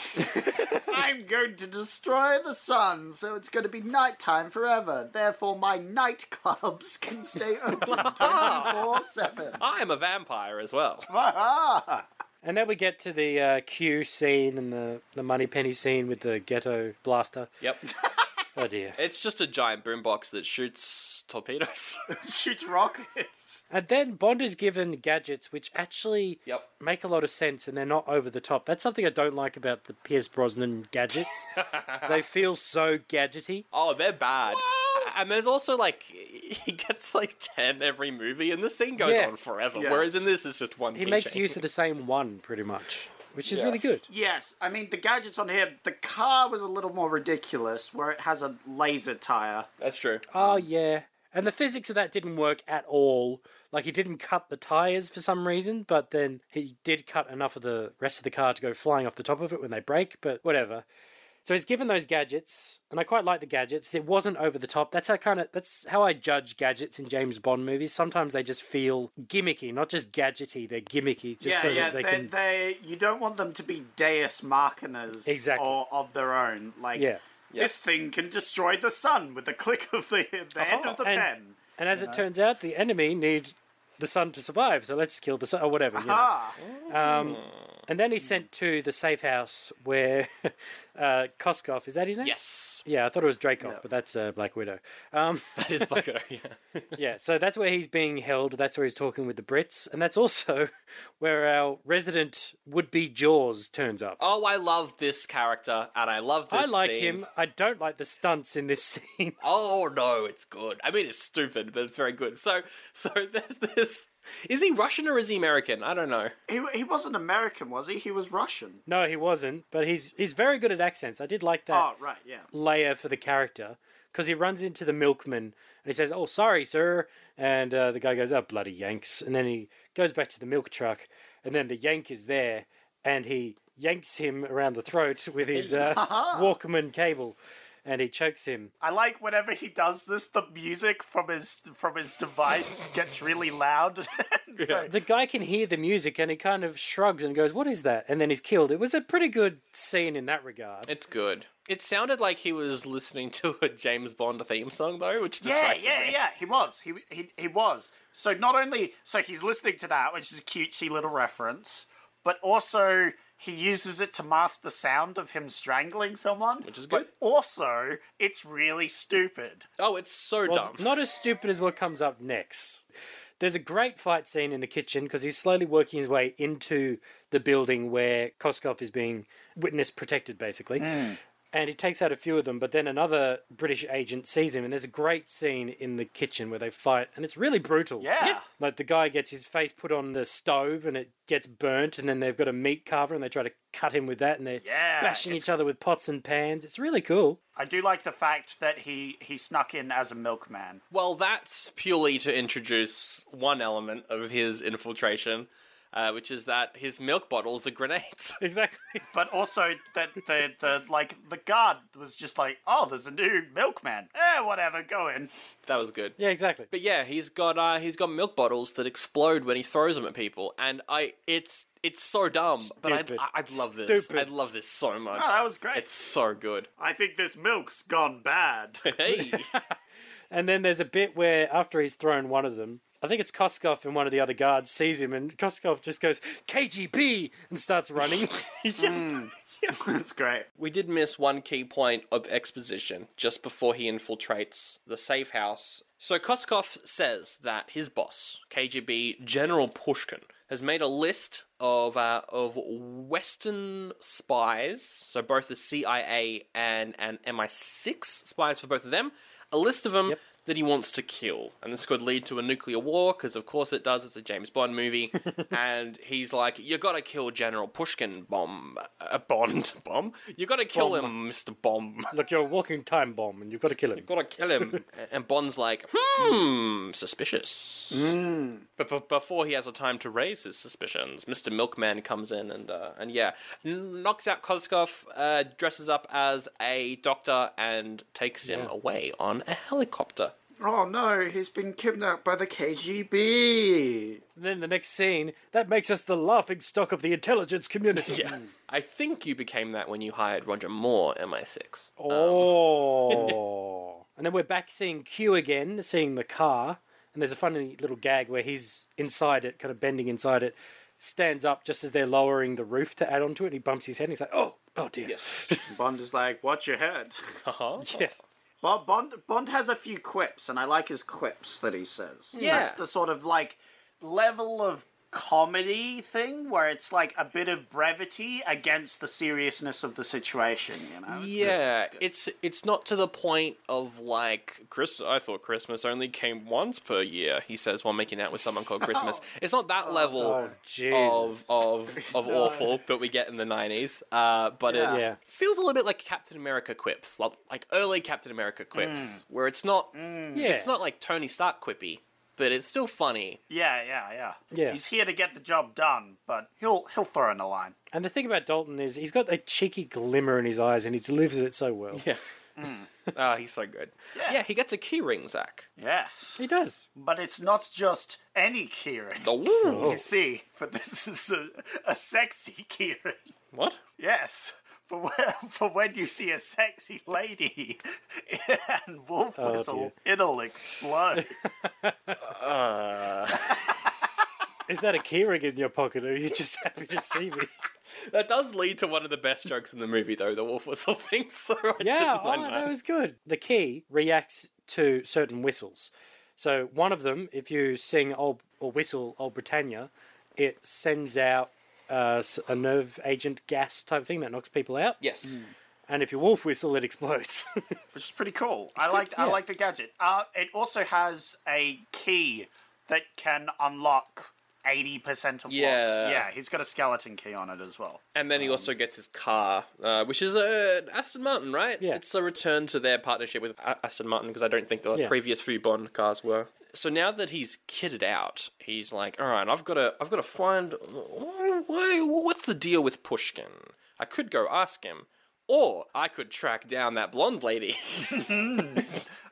I'm going to destroy the sun, so it's going to be nighttime forever. Therefore, my nightclubs can stay open 24 7. I'm a vampire as well. And then we get to the uh, Q scene and the the money penny scene with the ghetto blaster. Yep, Oh dear. it's just a giant boombox that shoots torpedoes. Shoots rockets. And then Bond is given gadgets which actually Yep. make a lot of sense and they're not over the top. That's something I don't like about the Pierce Brosnan gadgets. they feel so gadgety. Oh, they're bad. And there's also like he gets like ten every movie, and this scene goes Yeah. on forever. Yeah. Whereas in this, it's just one. He makes use of the same one pretty much, which is really good. Yes, I mean, the gadgets on here, the car was a little more ridiculous, where it has a laser tire. That's true. Oh yeah. And the physics of that didn't work at all. Like he didn't cut the tires for some reason, but then he did cut enough of the rest of the car to go flying off the top of it when they break, but whatever. So he's given those gadgets, and I quite like the gadgets. It wasn't over the top. That's how kind of that's how I judge gadgets in James Bond movies. Sometimes they just feel gimmicky, not just gadgety. They're gimmicky, just yeah, so yeah. that they, They, can. they, you don't want them to be Deus Machiners Exactly. or of their own. Like, Yeah. this thing can destroy the sun with the click of the, the end of the Oh, And- pen. And as it turns out, the enemy need the sun to survive, so let's kill the sun or whatever. you know. Ah, And then he's sent to the safe house where uh, Koskov, is that his name? Yes, Yeah, I thought it was Dracoff, but that's uh, Black Widow. Um, that is Black Widow. Yeah. yeah, so that's where he's being held. That's where he's talking with the Brits. And that's also where our resident would be Jaws turns up. Oh, I love this character, and I love this. I like scene. him. I don't like the stunts in this scene. Oh no, it's good. I mean, it's stupid, but it's very good. So, so there's this. Is he Russian or is he American? I don't know. he, he wasn't American, was he? He was Russian. no, he wasn't, but he's he's very good at accents. I did like that. Oh, right, yeah. layer for the character because he runs into the milkman and he says, "Oh, sorry, sir," and uh, the guy goes, "Oh, bloody Yanks!" And then he goes back to the milk truck, and then the Yank is there, and he yanks him around the throat with his uh, Walkman cable, and he chokes him. I like whenever he does this, the music from his from his device gets really loud. so, The guy can hear the music, and he kind of shrugs and goes, "What is that?" And then he's killed. It was a pretty good scene in that regard. It's good. It sounded like he was listening to a James Bond theme song though, which yeah, distracted yeah, me. yeah. He was. He, he he was. So not only so he's listening to that, which is a cutesy little reference, but also he uses it to mask the sound of him strangling someone. Which is good. But also, it's really stupid. Oh, it's so Well, dumb. not as stupid as what comes up next. There's a great fight scene in the kitchen because he's slowly working his way into the building where Koskov is being witness protected, basically. Hmm. And he takes out a few of them, but then another British agent sees him, and there's a great scene in the kitchen where they fight, and it's really brutal. Yeah. Yeah. Like the guy gets his face put on the stove and it gets burnt, and then they've got a meat carver and they try to cut him with that, and they're Yeah, bashing it's- each other with pots and pans. It's really cool. I do like the fact that he he snuck in as a milkman. Well, that's purely to introduce one element of his infiltration, uh, which is that his milk bottles are grenades. Exactly. But also that the the like the guard was just like, oh, there's a new milkman. Eh, whatever, go in. that was good. yeah, exactly. But yeah, he's got uh, he's got milk bottles that explode when he throws them at people, and I it's it's so dumb, Stupid. but I I I'd love this. Stupid. I'd love this so much. Oh, that was great. It's so good. I think this milk's gone bad. Hey, And then there's a bit where after he's thrown one of them, I think it's Koskov and one of the other guards sees him, and Koskov just goes KGB and starts running. That's great. we did miss one key point of exposition just before he infiltrates the safe house. So Koskov says that his boss, KGB General Pushkin, has made a list of uh, of Western spies, so both the CIA and and MI6 spies for both of them. A list of them that he wants to kill, and this could lead to a nuclear war because, of course, it does. It's a James Bond movie, and he's like, "You gotta kill General Pushkin, bomb, uh, Bond, bomb. You gotta kill him, Mister Bomb." Look, you're a walking time bomb, and you've got to kill him. gotta kill him. A- and Bond's like, hmm, suspicious. But b- before he has a time to raise his suspicions, Mr. Milkman comes in and, uh, and yeah, n- knocks out Koskov, uh, dresses up as a doctor, and takes him away on a helicopter. Oh no, he's been kidnapped by the KGB. And then the next scene that makes us the laughing stock of the intelligence community. Yeah. I think you became that when you hired Roger Moore, MI6. Oh. and then we're back seeing Q again, seeing the car. And there's a funny little gag where he's inside it, kind of bending inside it, stands up just as they're lowering the roof to add onto it. And he bumps his head and he's like, oh, oh dear. Yes. Bond is like, watch your head. yes. Bob Bond Bond has a few quips, and I like his quips that he says. Yeah. That's the sort of like level of comedy thing where it's like a bit of brevity against the seriousness of the situation, you know? It's- Yeah, it's good. it's it's not to the point of like Chris. I thought Christmas only came once per year. He says while making out with someone called Christmas. It's not that level Oh, of Jesus. of of awful that we get in the nineties. Uh, but it Yeah. feels a little bit like Captain America quips, like, like early Captain America quips, where it's not yeah. it's not like Tony Stark quippy, but it's still funny. Yeah, yeah, yeah. Yeah. He's here to get the job done, but he'll he'll throw in a line. And the thing about Dalton is he's got a cheeky glimmer in his eyes and he delivers it so well. Yeah. Ah, he's so good. Yeah. he gets a key ring, Zach. Yes. He does. But it's not just any Kieran. Oh, You see, but this is a, a sexy Kieran. what? Yes, for when, for when you see a sexy lady and wolf Oh, whistle, it'll explode. Is that a keyring in your pocket or are you just happy to see me? That does lead to one of the best jokes in the movie, though, the wolf whistle thing. So I Yeah, didn't oh, mind that that. was good. The key reacts to certain whistles. So one of them, if you sing old, or whistle Old Britannia, it sends out uh, s- a nerve agent gas type thing that knocks people out. Yes. And if you wolf whistle, it explodes. which is pretty cool. I like I yeah. like the gadget. Uh, it also has a key that can unlock eighty percent of Yeah. locks. Yeah, he's got a skeleton key on it as well. And then he also gets his car, uh, which is a Aston Martin, right? Yeah. It's a return to their partnership with A- Aston Martin because I don't think the Yeah. previous few Bond cars were. So now that he's kitted out, he's like, "All right, I've got to, I've got to find why, what's the deal with Pushkin? I could go ask him, or I could track down that blonde lady."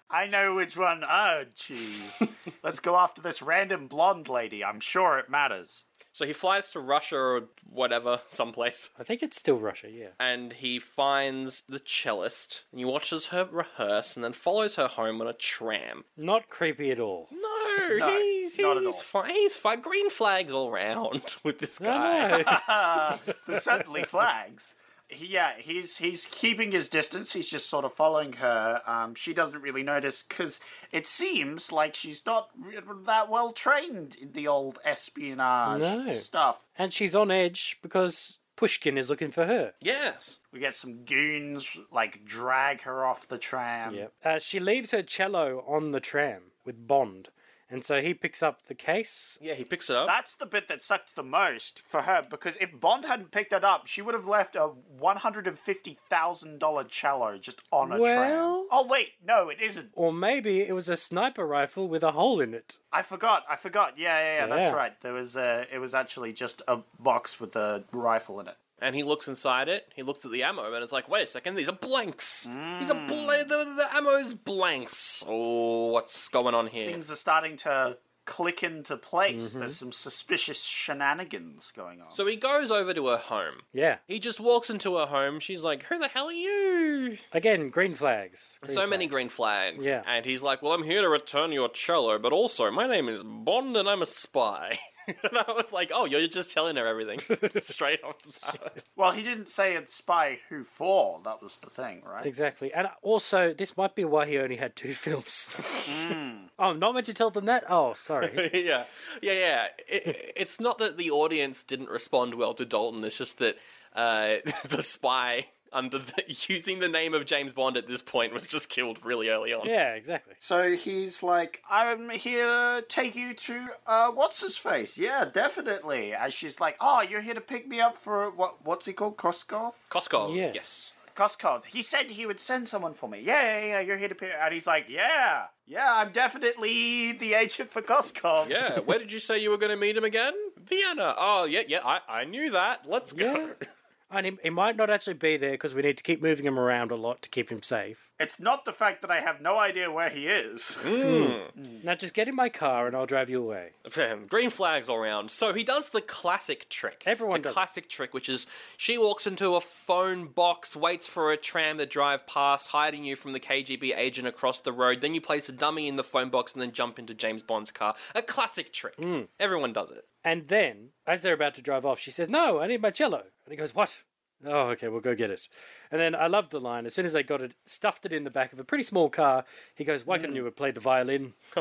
I know which one. Oh, jeez. Let's go after this random blonde lady. I'm sure it matters. so he flies to Russia or whatever, someplace, I think it's still Russia, yeah. and he finds the cellist, and he watches her rehearse, and then follows her home on a tram. Not creepy at all. No, No, he's not at he's all. fine. He's fine. Green flags all round with this guy. No, no. There's certainly flags. He- Yeah, he's he's keeping his distance. He's just sort of following her. Um, she doesn't really notice because it seems like she's not re- that well trained in the old espionage No. stuff. and she's on edge because Pushkin is looking for her. Yes. We get some goons like drag her off the tram. Yep. Uh, she leaves her cello on the tram with Bond. And so he picks up the case. Yeah, he picks it up. That's the bit that sucked the most for her because if Bond hadn't picked that up, she would have left a one hundred and fifty thousand dollar cello just on a Well- tram. Oh wait, no, it isn't. Or maybe it was a sniper rifle with a hole in it. I forgot. I forgot. Yeah, yeah, yeah. Yeah. That's right. There was a. It was actually just a box with a rifle in it. and he looks inside it. He looks at the ammo and it's like, wait a second, these are blanks. These Hmm. are bla- the, the ammo's blanks. Oh, what's going on here? Things are starting to click into place. There's some suspicious shenanigans going on. So he goes over to her home. Yeah. He just walks into her home. She's like, who the hell are you? Again, green flags. Green so many flags. green flags. Yeah. And he's like, well, I'm here to return your cello, but also my name is Bond and I'm a spy. and I was like, oh, you're just telling her everything straight off the bat. well, he didn't say it's spy who for. That was the thing, right? Hmm. Exactly. And also, this might be why he only had two films. Oh, I'm not meant to tell them that? Oh, sorry. yeah, yeah, yeah. It- It's not that the audience didn't respond well to Dalton. It's just that uh, the spy under the, using the name of James Bond at this point was just killed really early on. yeah, exactly. So he's like, I'm here to take you to, uh, what's his face? Yeah, definitely. And she's like, oh, you're here to pick me up for, what? what's he called? Koskov? Koskov. Yeah. Yes. Koskov. He said he would send someone for me. Yeah, yeah, yeah, you're here to pick. And he's like, yeah, yeah, I'm definitely the agent for Koskov. Yeah. Where did you say you were going to meet him again? Vienna. Oh, yeah, yeah. I, I knew that. Let's go. Yeah. And he, he might not actually be there because we need to keep moving him around a lot to keep him safe. It's not the fact that I have no idea where he is. Mm. Hmm. Now just get in my car and I'll drive you away. Ahem, Green flags all round. So he does the classic trick. Everyone the does it. classic trick, which is she walks into a phone box, waits for a tram to drive past, hiding you from the KGB agent across the road. Then you place a dummy in the phone box and then jump into James Bond's car. A classic trick. Everyone does it. And then, as they're about to drive off, she says, No, I need my cello. And he goes, What? Oh, okay, we'll go get it. And then I loved the line. As soon as they got it, stuffed it in the back of a pretty small car, he goes, Why couldn't you have played the violin?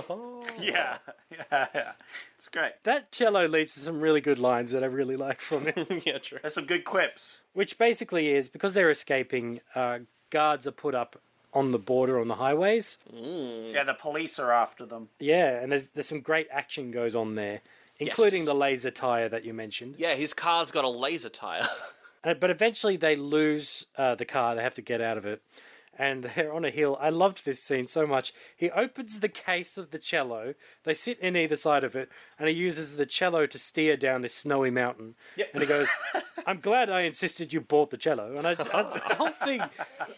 yeah, yeah, yeah. It's great. That cello leads to some really good lines that I really like from him. yeah, true. There's some good quips. which basically is because they're escaping, uh, guards are put up on the border on the highways. Mm. Yeah, the police are after them. Yeah, and there's there's some great action goes on there, including Yes. the laser tire that you mentioned. Yeah, his car's got a laser tire. Uh, but eventually they lose uh, the car; they have to get out of it, and they're on a hill. I loved this scene so much. He opens the case of the cello. They sit in either side of it, and he uses the cello to steer down this snowy mountain. And he goes, "I'm glad I insisted you bought the cello." And I, I, the whole thing,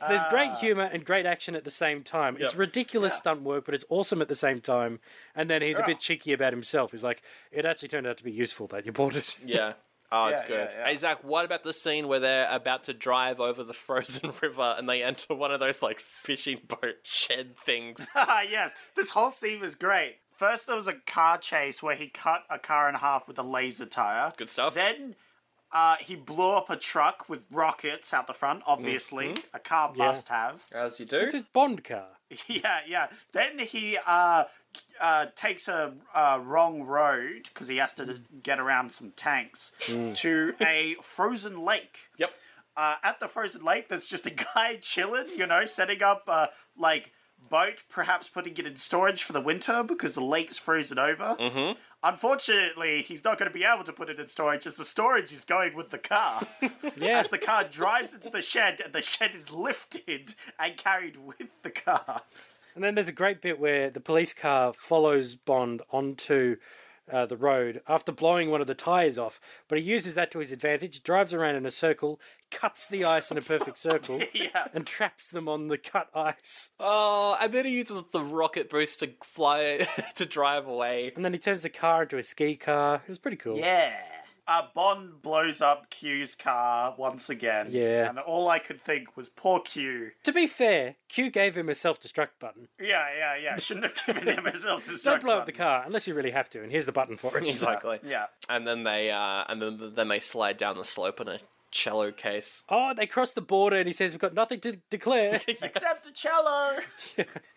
there's great humor and great action at the same time. It's ridiculous stunt work, but it's awesome at the same time. And then he's a bit cheeky about himself. He's like, "It actually turned out to be useful that you bought it." yeah. Oh, it's Yeah, good. yeah, yeah. Hey, Zach, what about the scene where they're about to drive over the frozen river and they enter one of those, like, fishing boat shed things? Ah, yes. This whole scene was great. First, there was a car chase where he cut a car in half with a laser tire. Good stuff. Then uh, he blew up a truck with rockets out the front, obviously. Mm-hmm. A car must have. As you do. It's a Bond car. yeah, yeah. Then he uh, uh, takes a uh, wrong road because he has to get around some tanks to a frozen lake. Yep. uh, at the frozen lake there's just a guy chilling you know setting up a like boat perhaps putting it in storage for the winter because the lake's frozen over mm-hmm. unfortunately he's not going to be able to put it in storage as the storage is going with the car Yeah, as the car drives into the shed and the shed is lifted and carried with the car and then there's a great bit where the police car follows Bond onto uh, the road after blowing one of the tires off, but he uses that to his advantage, drives around in a circle, cuts the ice in a perfect circle, and traps them on the cut ice. Oh, and then he uses the rocket boost to fly to drive away. And then he turns the car into a ski car. It was pretty cool. yeah uh, Bond blows up Q's car once again. Yeah. And all I could think was poor Q. To be fair, Q gave him a self destruct button. Yeah, yeah, yeah. Shouldn't have given him himself to Don't blow up the car unless you really have to, and here's the button for it. Exactly. Yeah. And then they uh and then then they slide down the slope in a cello case. Oh, they cross the border, and he says, We've got nothing to declare. Except a cello.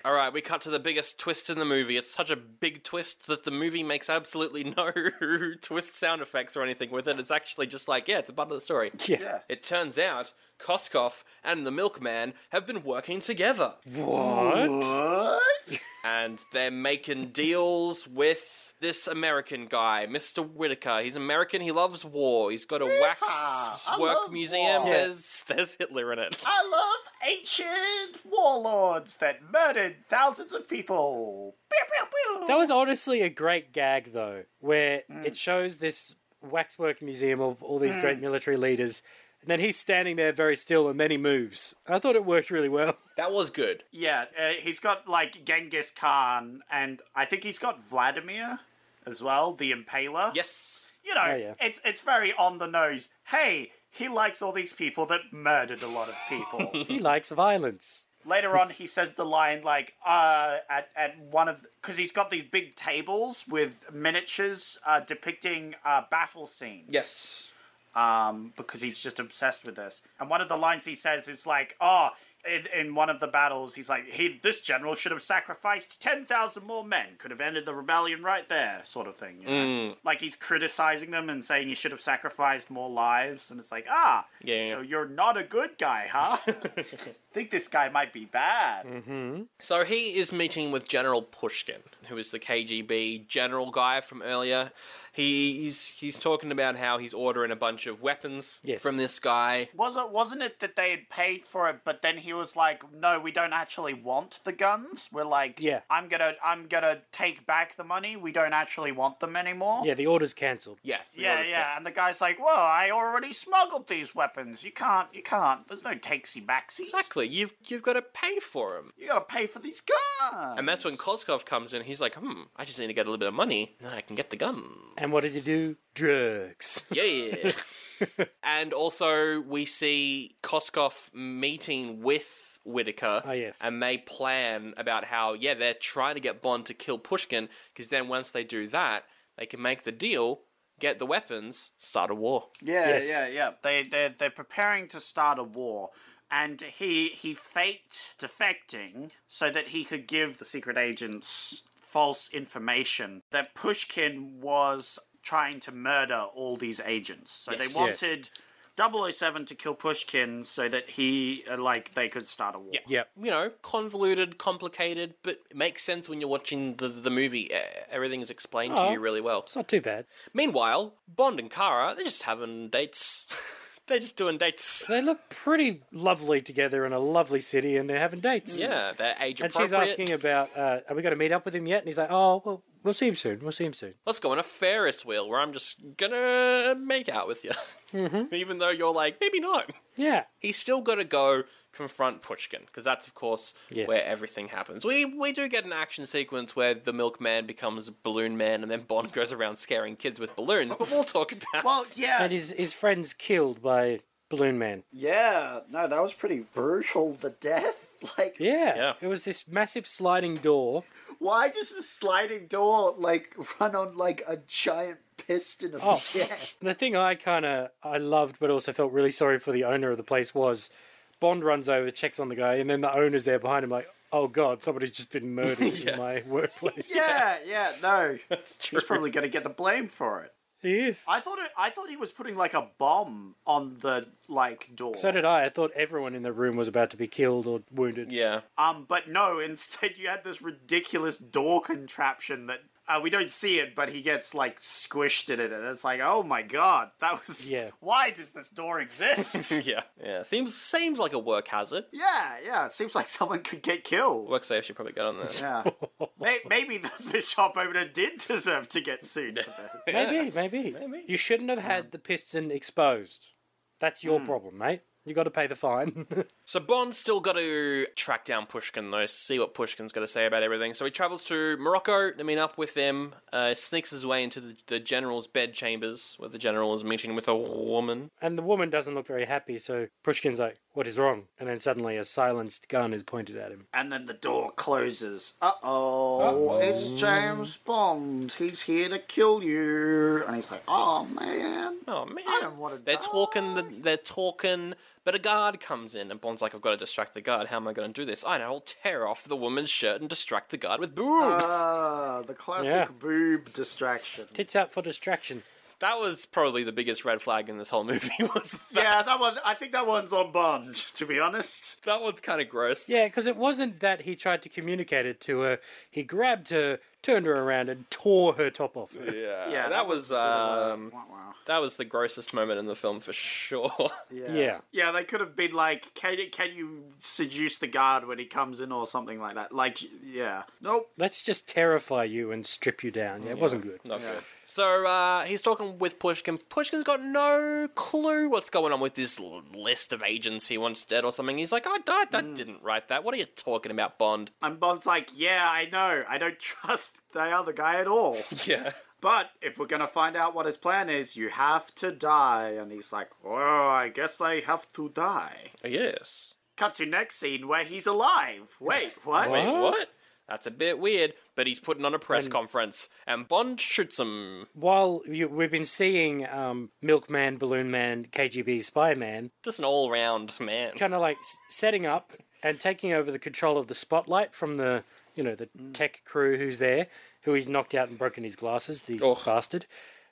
All right, we cut to the biggest twist in the movie. It's such a big twist that the movie makes absolutely no twist sound effects or anything with it. It's actually just like, yeah, it's a part of the story. Yeah. It turns out Koskov and the milkman have been working together. What? and they're making deals with this American guy, Mr. Whitaker. He's American. He loves war. He's got a wax I work love museum. war. There's there's Hitler in it. I love ancient warlords that murdered thousands of people. Pew, pew, pew. That was honestly a great gag, though, where it shows this waxwork museum of all these great military leaders, and then he's standing there very still, and then he moves. I thought it worked really well. That was good. Yeah, uh, he's got like Genghis Khan, and I think he's got Vladimir as well, the Impaler. Yes. you know, Oh, yeah. it's it's very on the nose. Hey, he likes all these people that murdered a lot of people. he likes violence. later on he says the line like uh at, at one of because he's got these big tables with miniatures uh, depicting uh, battle scenes Yes. um because he's just obsessed with this and one of the lines he says is like oh in, in one of the battles, he's like, he this general should have sacrificed ten thousand more men, could have ended the rebellion right there, sort of thing. You know? Mm. Like he's criticizing them and saying he should have sacrificed more lives, and it's like, ah, Yeah. so you're not a good guy, huh? Think this guy might be bad. So he is meeting with General Pushkin, who is the KGB general guy from earlier. He's he's talking about how he's ordering a bunch of weapons Yes. from this guy. Was it wasn't it that they had paid for it, but then he was like, "No, we don't actually want the guns. We're like, Yeah. I'm gonna, I'm gonna take back the money. We don't actually want them anymore." Yeah, the order's cancelled. Yes. the Yeah, orders yeah, and the guy's like, "Well, I already smuggled these weapons. You can't, you can't. There's no takesy backsies. came- Exactly. You've you've got to pay for him. You gotta pay for these guns." And that's when Kozkov comes in. He's like, hmm, I just need to get a little bit of money, then I can get the gun. And what does he do? Drugs. Yeah. and also, we see Koskov meeting with Whitaker. Oh, yes. And they plan about how, yeah, they're trying to get Bond to kill Pushkin, because then once they do that, they can make the deal, get the weapons, start a war. Yeah, Yes. yeah, yeah. They they they're preparing to start a war, and he he faked defecting so that he could give the secret agents false information that Pushkin was trying to murder all these agents. So Yes. they wanted 007 to kill Pushkin so that he uh, like they could start a war. Yeah. yep. You know, convoluted, complicated, but it makes sense when you're watching the, the movie. Eh, Everything is explained Oh. to you really well. It's not too bad. Meanwhile, Bond and Kara, they're just having dates. they're just doing dates. They look pretty lovely together in a lovely city and they're having dates. Yeah, they're age And appropriate. she's asking about, uh, are we going to meet up with him yet? And he's like, oh, well, we'll see him soon. We'll see him soon. let's go on a Ferris wheel where I'm just gonna make out with you. Mm-hmm. Even though you're like, maybe not. Yeah. He's still gotta go confront Pushkin, because that's, of course, Yes. where everything happens. We, we do get an action sequence where the milkman becomes balloon man and then Bond goes around scaring kids with balloons, but we'll talk about Well, yeah, And his, his friend's killed by Balloon Man. Yeah, no, that was pretty brutal. The death. Like, Yeah. Yeah. It was this massive sliding door. why does the sliding door like run on like a giant piston of Oh. death? The thing I kind of I loved, but also felt really sorry for the owner of the place was Bond runs over, checks on the guy, and then the owner's there behind him, like, "Oh God, somebody's just been murdered in my workplace." yeah, yeah. No, That's true. he's probably gonna get the blame for it. he is. I thought it, I thought he was putting like a bomb on the like door. So did I. I thought everyone in the room was about to be killed or wounded. Yeah. Um, but no, instead you had this ridiculous door contraption that uh, we don't see it, but he gets like squished in it, and it's like, oh my god, that was. Yeah. Why does this door exist? Yeah. Yeah. Seems seems like a work hazard. yeah, yeah. It seems like someone could get killed. Work safe should probably get on there. Yeah. May- maybe the, the shop owner did deserve to get sued for this. Maybe, maybe, maybe. You shouldn't have had the piston exposed. That's your problem, mate. You got to pay the fine. So Bond's still got to track down Pushkin though, see what Pushkin's got to say about everything. So he travels to Morocco to meet up with them. Uh, sneaks his way into the, the general's bedchambers, where the general is meeting with a woman. and the woman doesn't look very happy. So Pushkin's like, "What is wrong?" And then suddenly a silenced gun is pointed at him. And then the door closes. Uh oh, it's James Bond. He's here to kill you. And he's like, oh man. Oh man, I don't wanna They're die. talking. The, they're talking. But a guard comes in, and Bond's like, "I've got to distract the guard. How am I going to do this? I know. I'll tear off the woman's shirt and distract the guard with boobs." Uh. Ah, the classic Yeah. boob distraction. Tits out for distraction. that was probably the biggest red flag in this whole movie. Was that, Yeah, that one. I think that one's on Bond, to be honest. that one's kind of gross. Yeah, because it wasn't that he tried to communicate it to her. He grabbed her, turned her around, and tore her top off. her. yeah. Yeah, that, that was. Um, Wow, wow. That was the grossest moment in the film for sure. Yeah. Yeah, they could have been like, can, can you seduce the guard when he comes in or something like that? Like, yeah. Nope. Let's just terrify you and strip you down. Yeah, it wasn't good. Not good. So uh, he's talking with Pushkin. Pushkin's got no clue what's going on with this l- list of agents he wants dead or something. He's like, I, I, I didn't write that. What are you talking about, Bond? And Bond's like, yeah, I know. I don't trust the other guy at all. Yeah. but if we're going to find out what his plan is, you have to die. And he's like, oh, I guess I have to die. Yes. Cut to next scene where he's alive. Wait, what? Wait, what? That's a bit weird, but he's putting on a press conference, and Bond shoots him. While you, we've been seeing um, Milkman, Balloon Man, KGB, Spy Man, Just an all round man. kind of like s- setting up and taking over the control of the spotlight from the you know the tech crew who's there, who he's knocked out and broken his glasses, the bastard.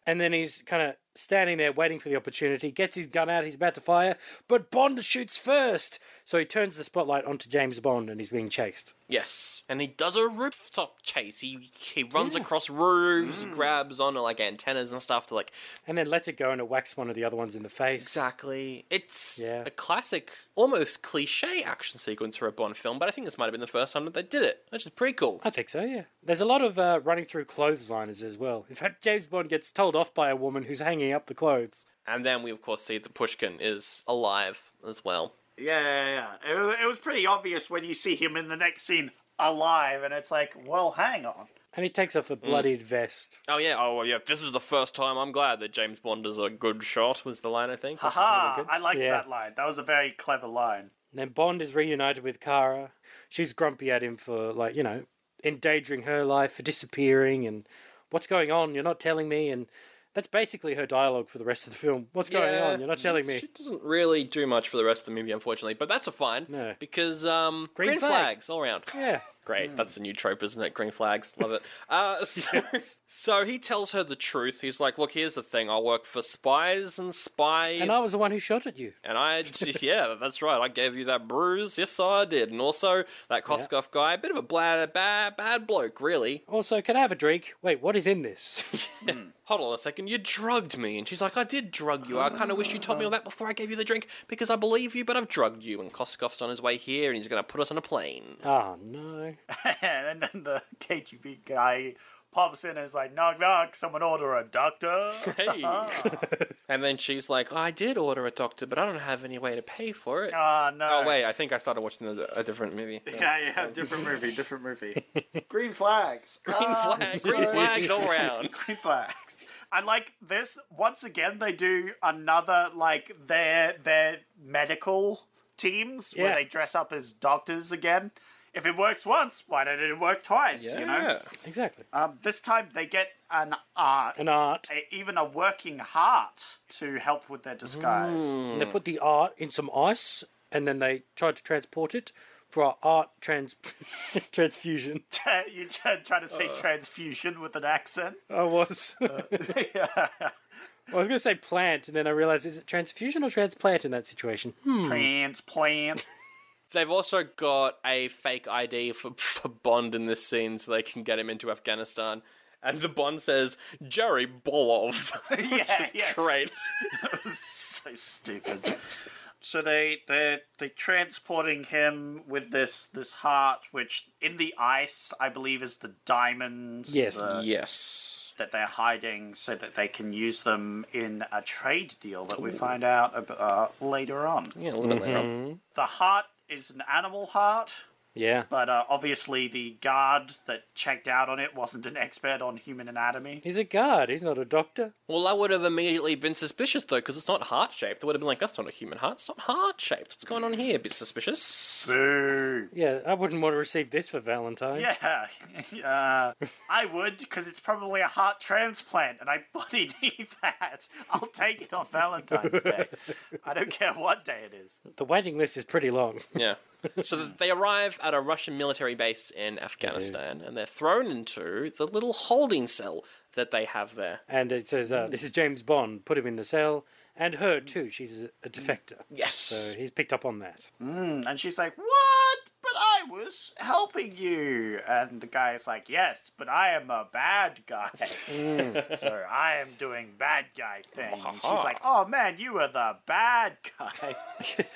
And then he's kind of standing there waiting for the opportunity, gets his gun out, he's about to fire, but Bond shoots first. So he turns the spotlight onto James Bond and he's being chased. Yes, and he does a rooftop chase. He he runs across roofs, grabs on like antennas and stuff to like And then lets it go and it whacks one of the other ones in the face. exactly. It's Yeah. a classic, almost cliche action sequence for a Bond film, but I think this might have been the first time that they did it, which is pretty cool. I think so, yeah. There's a lot of uh, running through clothesliners as well. In fact, James Bond gets told off by a woman who's hanging up the clothes. And then we of course see that Pushkin is alive as well. Yeah, yeah, yeah. It, wa- it was pretty obvious when you see him in the next scene alive, and it's like, well, hang on. And he takes off a bloodied vest. Oh yeah, oh well, yeah. This is the first time I'm glad that James Bond is a good shot. Was the line I think? which is Aha! really good. I liked Yeah. that line. That was a very clever line. And then Bond is reunited with Kara. She's grumpy at him for, like, you know, endangering her life, for disappearing, and what's going on? You're not telling me. And that's basically her dialogue for the rest of the film. What's going Yeah. on? You're not telling me. She doesn't really do much for the rest of the movie, unfortunately. But that's a fine. No. Because um, green, Green flags. flags. all around. Yeah. Great. Hmm. That's the new trope, isn't it? Green flags. Love it. Uh, so, so he tells her the truth. He's like, look, here's the thing. I work for spies and spy. And I was the one who shot at you. And I, yeah, that's right. I gave you that bruise. Yes, I did. And also that Koskoff guy, a bit of a bad, bad, bad bloke, really. Also, can I have a drink? Wait, what is in this? Hold on a second. You drugged me. And she's like, I did drug you. I kind of wish you told me all that before I gave you the drink because I believe you, but I've drugged you. And Koskoff's on his way here and he's going to put us on a plane. oh, no. and then the KGB guy pops in and is like, knock, knock, someone order a doctor. Hey. and then she's like, "Oh, I did order a doctor, but I don't have any way to pay for it. Ah, no. Oh, wait. I think I started watching a, a different movie. Yeah, yeah, different movie, different movie. Green flags. Green Ah. flag, green flags all around. Green flags. I like this. Once again, they do another, like, their, their medical teams where Yeah. they dress up as doctors again. If it works once, why did not it work twice? You know? Exactly. Uh, Um, this time they get an uh, An art. a, even a working heart to help with their disguise. and mm. they put the art in some ice and then they tried to transport it for our art trans transfusion. you try try to say transfusion with an accent. I was I was gonna say plant and then I realized is it transfusion or transplant in that situation? Hmm. Transplant. They've also got a fake ID for, for Bond in this scene so they can get him into Afghanistan. And the Bond says, Jerry Bolov. which Yeah, is yeah, it's- great. so stupid. So they they they transporting him with this this heart, which in the ice I believe is the diamonds. Yes. the- Yes. That they're hiding so that they can use them in a trade deal that we find out ab- uh, later on. Yeah, a little bit later on. The heart is an animal heart. Yeah. but uh, obviously the guard that checked out on it wasn't an expert on human anatomy. He's a guard, he's not a doctor. Well, I would have immediately been suspicious though, because it's not heart shaped. I would have been like, "That's not a human heart. It's not heart shaped. What's going on here?" A bit suspicious. Boo! Yeah, I wouldn't want to receive this for Valentine's. Yeah, uh, I would because it's probably a heart transplant, and I bloody need that. I'll take it on Valentine's Day. I don't care what day it is. The waiting list is pretty long. Yeah. so th- they arrive at a Russian military base in Afghanistan, and they're thrown into the little holding cell that they have there. And it says, uh, this is James Bond, put him in the cell. And her too, she's a, a defector. Yes. So he's picked up on that. And she's like, "What? But I was helping you." And the guy is like, "Yes, but I am a bad guy, Mm. so I am doing bad guy things." And she's like, "Oh man, you were the bad guy." it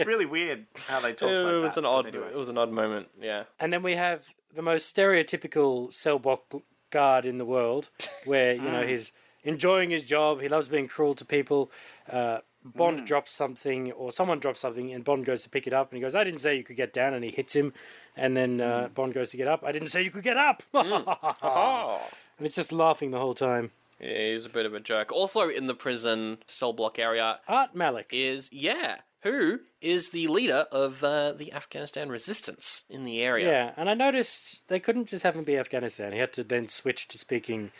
really weird how they talked like it was that. an but odd. anyway. Um, It was an odd moment. Yeah. And then we have the most stereotypical cell block guard in the world, where you Ah. know he's enjoying his job. He loves being cruel to people. Uh, Bond Mm. drops something, or someone drops something, and Bond goes to pick it up, and he goes, "I didn't say you could get down," and he hits him. And then uh, Mm. Bond goes to get up. I didn't say you could get up. Oh. and it's just laughing the whole time. Yeah, he's a bit of a jerk. Also in the prison cell block area Art Malik. is yeah, who is the leader of uh, the Afghanistan resistance in the area? yeah, and I noticed they couldn't just have him be Afghanistan. He had to then switch to speaking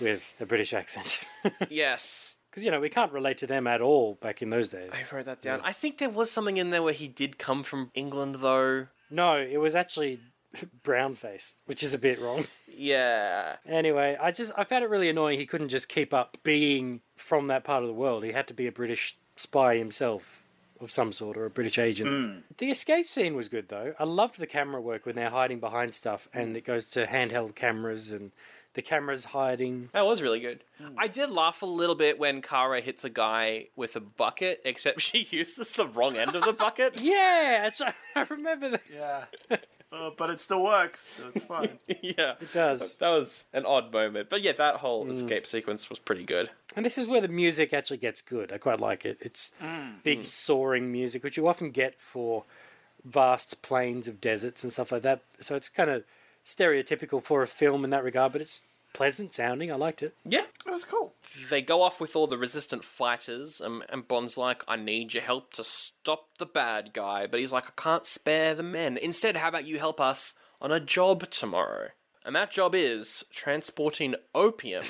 with a British accent. Yes. because you know we can't relate to them at all back in those days. I wrote that down. I think there was something in there where he did come from England, though. No, it was actually brown face, which is a bit wrong. Yeah. Anyway, I just I found it really annoying he couldn't just keep up being from that part of the world. He had to be a British spy himself of some sort or a British agent. The escape scene was good though. I loved the camera work when they're hiding behind stuff and it goes to handheld cameras and the cameras hiding. That was really good. I did laugh a little bit when Kara hits a guy with a bucket, except she uses the wrong end of the bucket. Yeah, it's- I remember that. Yeah. Uh, but it still works, so it's fine. yeah. It does. That was an odd moment. But yeah, that whole escape sequence was pretty good. And this is where the music actually gets good. I quite like it. It's big soaring music, which you often get for vast plains of deserts and stuff like that. So it's kind of stereotypical for a film in that regard, but it's pleasant sounding. I liked it. Yeah. That was cool. They go off with all the resistant fighters, um, and Bond's like, I need your help to stop the bad guy. But he's like, I can't spare the men. Instead, how about you help us on a job tomorrow? And that job is transporting opium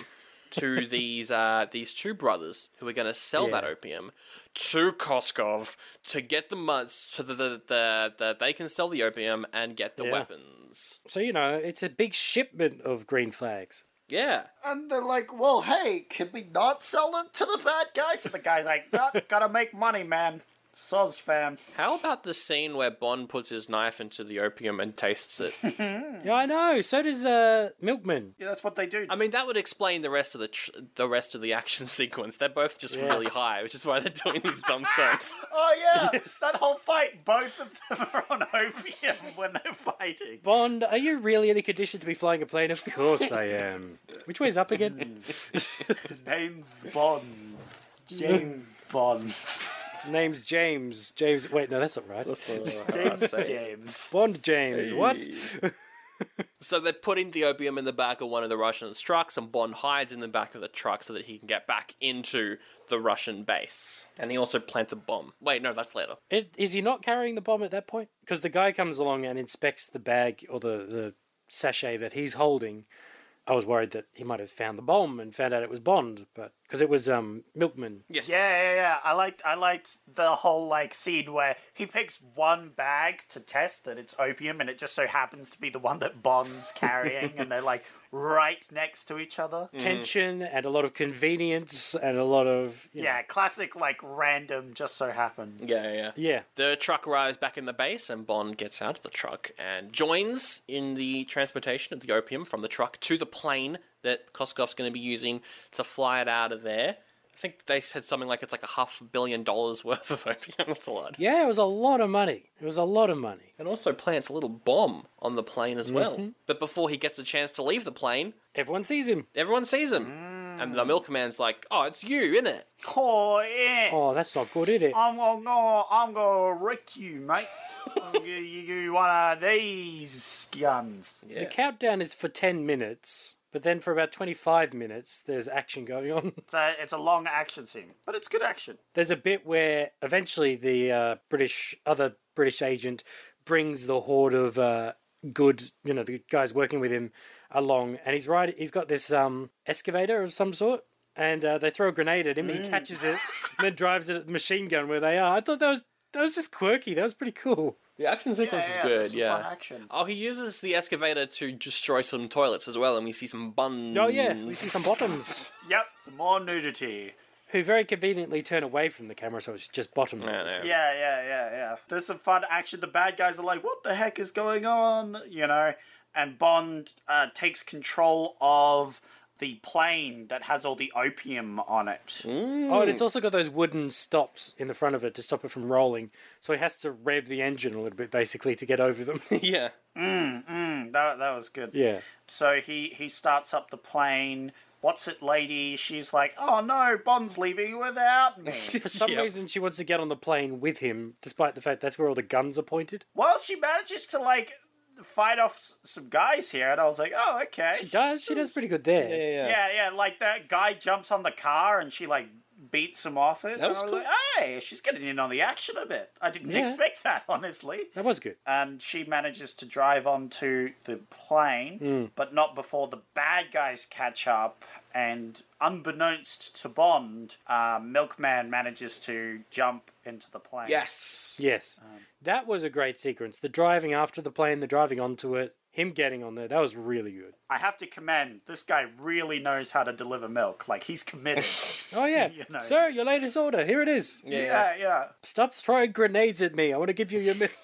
to these uh, these two brothers who are going to sell that opium to Koskov to get the money so that the, the, the, they can sell the opium and get the Yeah. weapons. So, you know, it's a big shipment of green flags. Yeah. And they're like, well, hey, can we not sell it to the bad guys? The guy's like, nah, gotta make money, man. Soz fam. How about the scene where Bond puts his knife into the opium and tastes it? Yeah, I know. So does uh, Milkman. Yeah, that's what they do. I mean, that would explain the rest of the tr- the rest of the action sequence. They're both just really high, which is why they're doing these dumb stunts. oh yeah, that whole fight, both of them are on opium when they're fighting. Bond, are you really in a condition to be flying a plane? Of course I am. Which way's up again? Name's Bond. James Bond. Name's James. James. Wait, no, Hmm. that's not right. James James. Bond James. What? so they're putting the opium in the back of one of the Russian trucks, and Bond hides in the back of the truck so that he can get back into the Russian base. And he also plants a bomb. Wait, no, that's later. Is, is he not carrying the bomb at that point? Because the guy comes along and inspects the bag or the, the sachet that he's holding. I was worried that he might have found the bomb and found out it was Bond, but because it was um, Milkman. Yes. Yeah, yeah, yeah. I liked I liked the whole like scene where he picks one bag to test that it's opium and it just so happens to be the one that Bond's carrying and they're like right next to each other. Tension and a lot of convenience and a lot of you know- Yeah, classic like random just so happened. Yeah, yeah. yeah. yeah. The truck arrives back in the base, and Bond gets out of the truck and joins in the transportation of the opium from the truck to the plane that Koskov's going to be using to fly it out of there. I think they said something like it's like a half billion dollars worth of opium. That's a lot. Yeah, it was a lot of money. It was a lot of money. And also plants a little bomb on the plane as well. But before he gets a chance to leave the plane, Everyone sees him. everyone sees him. And the milkman's like, oh, it's you, innit? Oh yeah. Oh, that's not good, is it? I'm gonna go- I'm gonna wreck you, mate. I'm gonna give you one of these guns. The countdown is for 10 minutes, but then for about 25 minutes, there's action going on. It's a it's a long action scene, but it's good action. there's a bit where eventually the uh, British other British agent brings the horde of uh, good, you know, the guys working with him along, and he's right. He's got this um, excavator of some sort, and uh, they throw a grenade at him. Mm. He catches it, and then drives it at the machine gun where they are. I thought that was that was just quirky. That was pretty cool. The action sequence Yeah, yeah, is there's good, some yeah. fun action. Oh, he uses the excavator to destroy some toilets as well, and we see some buns. Oh yeah, we see Mm. some bottoms Yep, some more nudity. who very conveniently turn away from the camera, so it's just bottoms. I know. Yeah, yeah, yeah, yeah. There's some fun action. The bad guys are like, "What the heck is going on?" You know, and Bond uh, takes control of the plane that has all the opium on it. Oh, and it's also got those wooden stops in the front of it to stop it from rolling. So he has to rev the engine a little bit, basically, to get over them. Yeah. That that was good. yeah. So he he starts up the plane. What's it, lady? She's like, "Oh no, Bond's leaving without me." For some Yep. reason, she wants to get on the plane with him, despite the fact that's where all the guns are pointed. well, she manages to like fight off s- some guys here, and I was like, "Oh, okay." She does. She does pretty good there. Yeah, yeah. Yeah, yeah, like that guy jumps on the car and she like beats him off it. That was and I was cool. like, hey, she's getting in on the action a bit. I didn't Yeah. expect that, honestly. That was good. And she manages to drive onto the plane, but not before the bad guys catch up. And unbeknownst to Bond, uh, Milkman manages to jump into the plane. Yes. Yes. that was a great sequence. The driving after the plane, the driving onto it, him getting on there. That was really good. I have to commend this guy. Really knows how to deliver milk. Like he's committed. Oh, yeah. know. Sir, your latest order. Here it is. yeah, yeah, Stop throwing grenades at me. I want to give you your milk.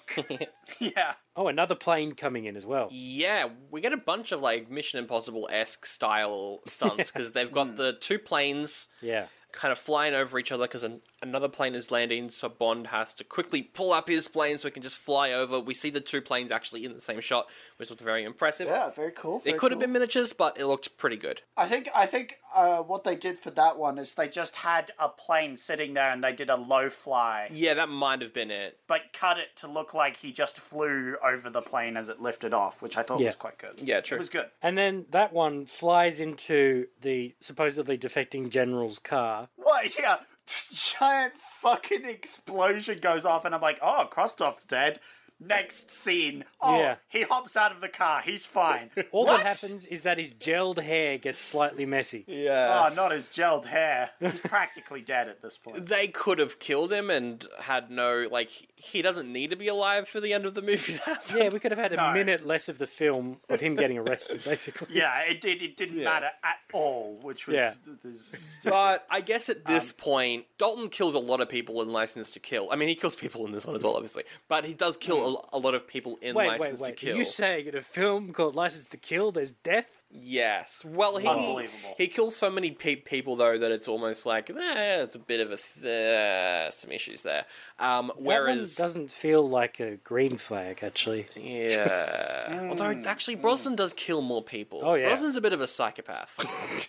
yeah. oh, another plane coming in as well. Yeah, we get a bunch of like Mission Impossible esque style stunts because they've got the two planes Yeah. kind of flying over each other because an- another plane is landing, so Bond has to quickly pull up his plane so he can just fly over. We see the two planes actually in the same shot, which looked very impressive. Yeah, very cool. It very could have cool. been miniatures, but it looked pretty good. I think I think uh, what they did for that one is They they just had a plane sitting there and they did a low fly, Yeah, that might have been it. but cut it to look like he just flew over the plane as it lifted off, which I thought Yeah. was quite good. Yeah, true. It was good. And then that one flies into the supposedly defecting general's car. What? Yeah. Giant fucking explosion goes off, and I'm like, oh, Krostov's dead. Next scene. Oh, Yeah. he hops out of the car. He's fine. All what? that happens is that his gelled hair gets slightly messy. Oh, not his gelled hair. He's practically dead at this point. They could have killed him and had no like. He doesn't need to be alive for the end of the movie. to happen. Yeah, we could have had a No. minute less of the film of him getting arrested, basically. Yeah, it did. It didn't matter at all, which was. Yeah. th- th- But I guess at this point, Dalton kills a lot of people in License to Kill. I mean, he kills people in this one as well, obviously. But he does kill a, a lot of people in Wait, wait, License to wait. Are Kill. you saying in a film called License to Kill there's death? yes. Well, he Unbelievable. he kills so many pe- people though that it's almost like eh, it's a bit of a th- uh, some issues there. Um, whereas that one doesn't feel like a green flag, actually. yeah, although actually Brosnan does kill more people. Hmm. Oh, yeah. Brosnan's a bit of a psychopath.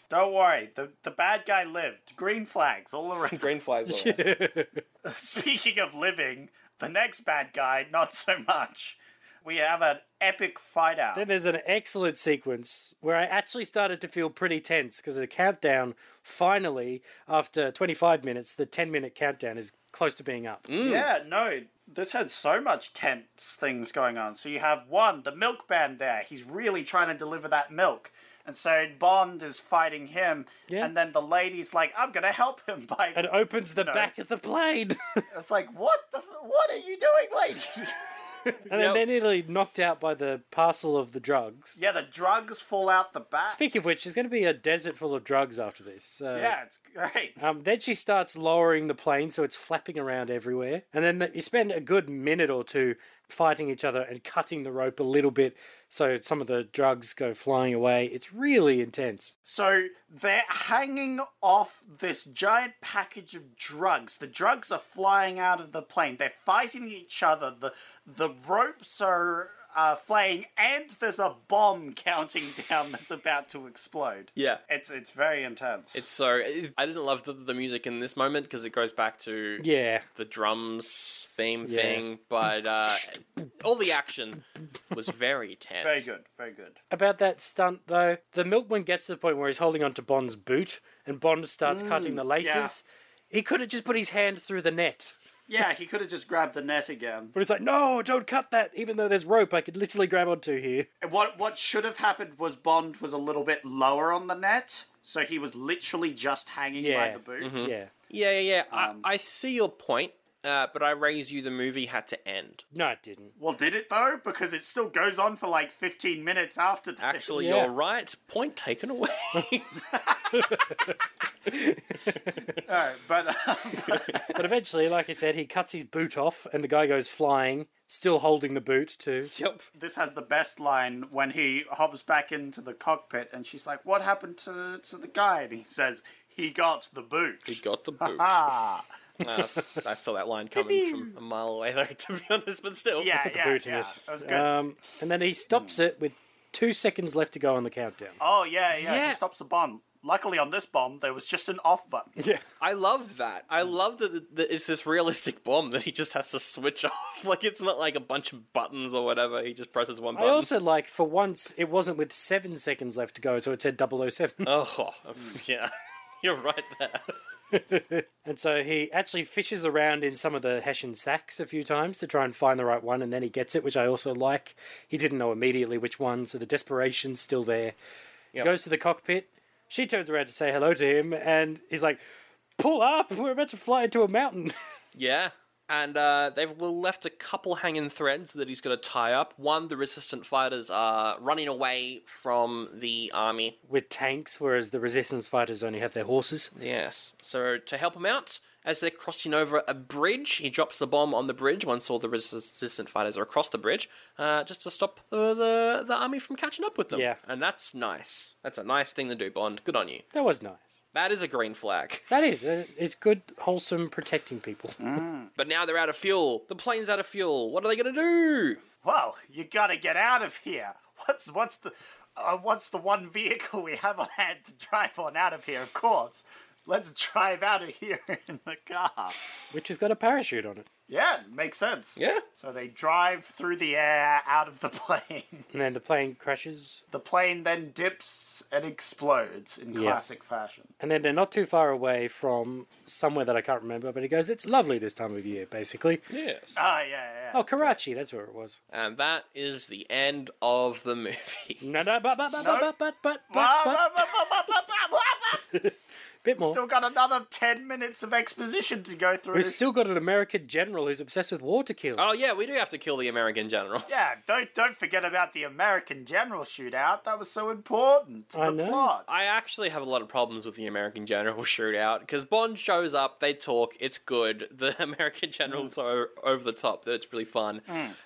Don't worry, the the bad guy lived. Green flags all around. Green flies. all right. Speaking of living, the next bad guy, not so much. We have an epic fight out. Then there's an excellent sequence where I actually started to feel pretty tense because the countdown finally, after 25 minutes, the 10 minute countdown is close to being up. Yeah, no, this had so much tense things going on. So you have one, the milk band there. He's really trying to deliver that milk. And so Bond is fighting him. Yeah. And then the lady's like, I'm going to help him by. And uh, opens the back of the plane. it's like, what the. F- what are you doing, lady? and then they're nearly knocked out by the parcel of the drugs. yeah, the drugs fall out the back. Speaking of which, there's going to be a desert full of drugs after this. So. yeah, it's great. Um, then she starts lowering the plane so it's flapping around everywhere. And then th- you spend a good minute or two fighting each other and cutting the rope a little bit so some of the drugs go flying away. It's really intense. So they're hanging off this giant package of drugs. The drugs are flying out of the plane. They're fighting each other. The the ropes are uh, flaying, and there's a bomb counting down that's about to explode. yeah. It's it's very intense. It's so it- I didn't love the, the music in this moment because it goes back to Yeah. the drums theme Yeah. thing, but uh, all the action was very tense. very good, very good. About that stunt, though, the milkman gets to the point where he's holding onto Bond's boot and Bond starts cutting the laces. He could have just put his hand through the net. Yeah, he could have just grabbed the net again. But it's like, no, don't cut that, even though there's rope I could literally grab onto here. What what should have happened was Bond was a little bit lower on the net, so he was literally just hanging by Yeah. Mm-hmm. the boot. Yeah. Yeah, yeah, yeah. Um, I, I see your point, uh, but I raise you the movie had to end. No, it didn't. Well, did it though? Because it still goes on for like 15 minutes after this. Actually, Yeah. you're right. Point taken away. no, but um, But eventually, like I said, he cuts his boot off and the guy goes flying, still holding the boot too. yep. this has the best line when he hops back into the cockpit and she's like, What happened to, to the guy? And he says, He got the boot. He got the boot. ah. Uh, I saw that line coming from a mile away, though, to be honest, but still. Yeah, yeah, boot in yeah. it. That was good. Um, and then he stops it with two seconds left to go on the countdown. oh, yeah, yeah, yeah. He stops the bomb. Luckily, on this bomb, there was just an off button. I loved that. I Mm. loved that, that it's this realistic bomb that he just has to switch off. Like, it's not like a bunch of buttons or whatever. He just presses one I button. also like, for once, it wasn't with oh seven seconds left to go, so it said 007. Oh, yeah. You're right there. And so he actually fishes around in some of the Hessian sacks a few times to try and find the right one, and then he gets it, which I also like. He didn't know immediately which one, so the desperation's still there. He Goes to the cockpit. She turns around to say hello to him, and he's like, "Pull up! We're about to fly into a mountain." Yeah. And uh, they've left a couple hanging threads that he's going to tie up. One, the resistant fighters are running away from the army. With tanks, whereas the resistance fighters only have their horses. Yes. So to help him out, as they're crossing over a bridge, he drops the bomb on the bridge once all the resistant fighters are across the bridge, uh, just to stop the, the the army from catching up with them. Yeah. And that's nice. That's a nice thing to do, Bond. Good on you. That was nice. That is a green flag. That is, uh, it's good, wholesome, protecting people. But now they're out of fuel. The plane's out of fuel. What are they going to do? Well, you gotta get out of here. What's what's the uh, what's the one vehicle we have on hand to drive on out of here? Of course, let's drive out of here in the car. Which has got a parachute on it. Yeah, makes sense. Yeah. So they drive through the air out of the plane. And then the plane crashes, The plane then dips and explodes in Yeah. classic fashion. and then they're not too far away from somewhere that I can't remember, but he goes, It's lovely this time of year, basically. Yes. Ah, yeah, yeah, yeah. Oh, Karachi, that's where it was. And that is the end of the movie. No, no, but, but, but, but, but, but, Bah, but, bah, bah, bah, but, bah, bah, bah, bah, bah. bit more. Still got another 10 minutes of exposition to go through. We've still got an American general who's obsessed with war to kill. Oh yeah, we do have to kill the American general. Yeah, don't don't forget about the American general shootout. That was so important to I the know. plot. I actually have a lot of problems with the American general shootout because Bond shows up, they talk, it's good. The American general's so over the top that it's really fun.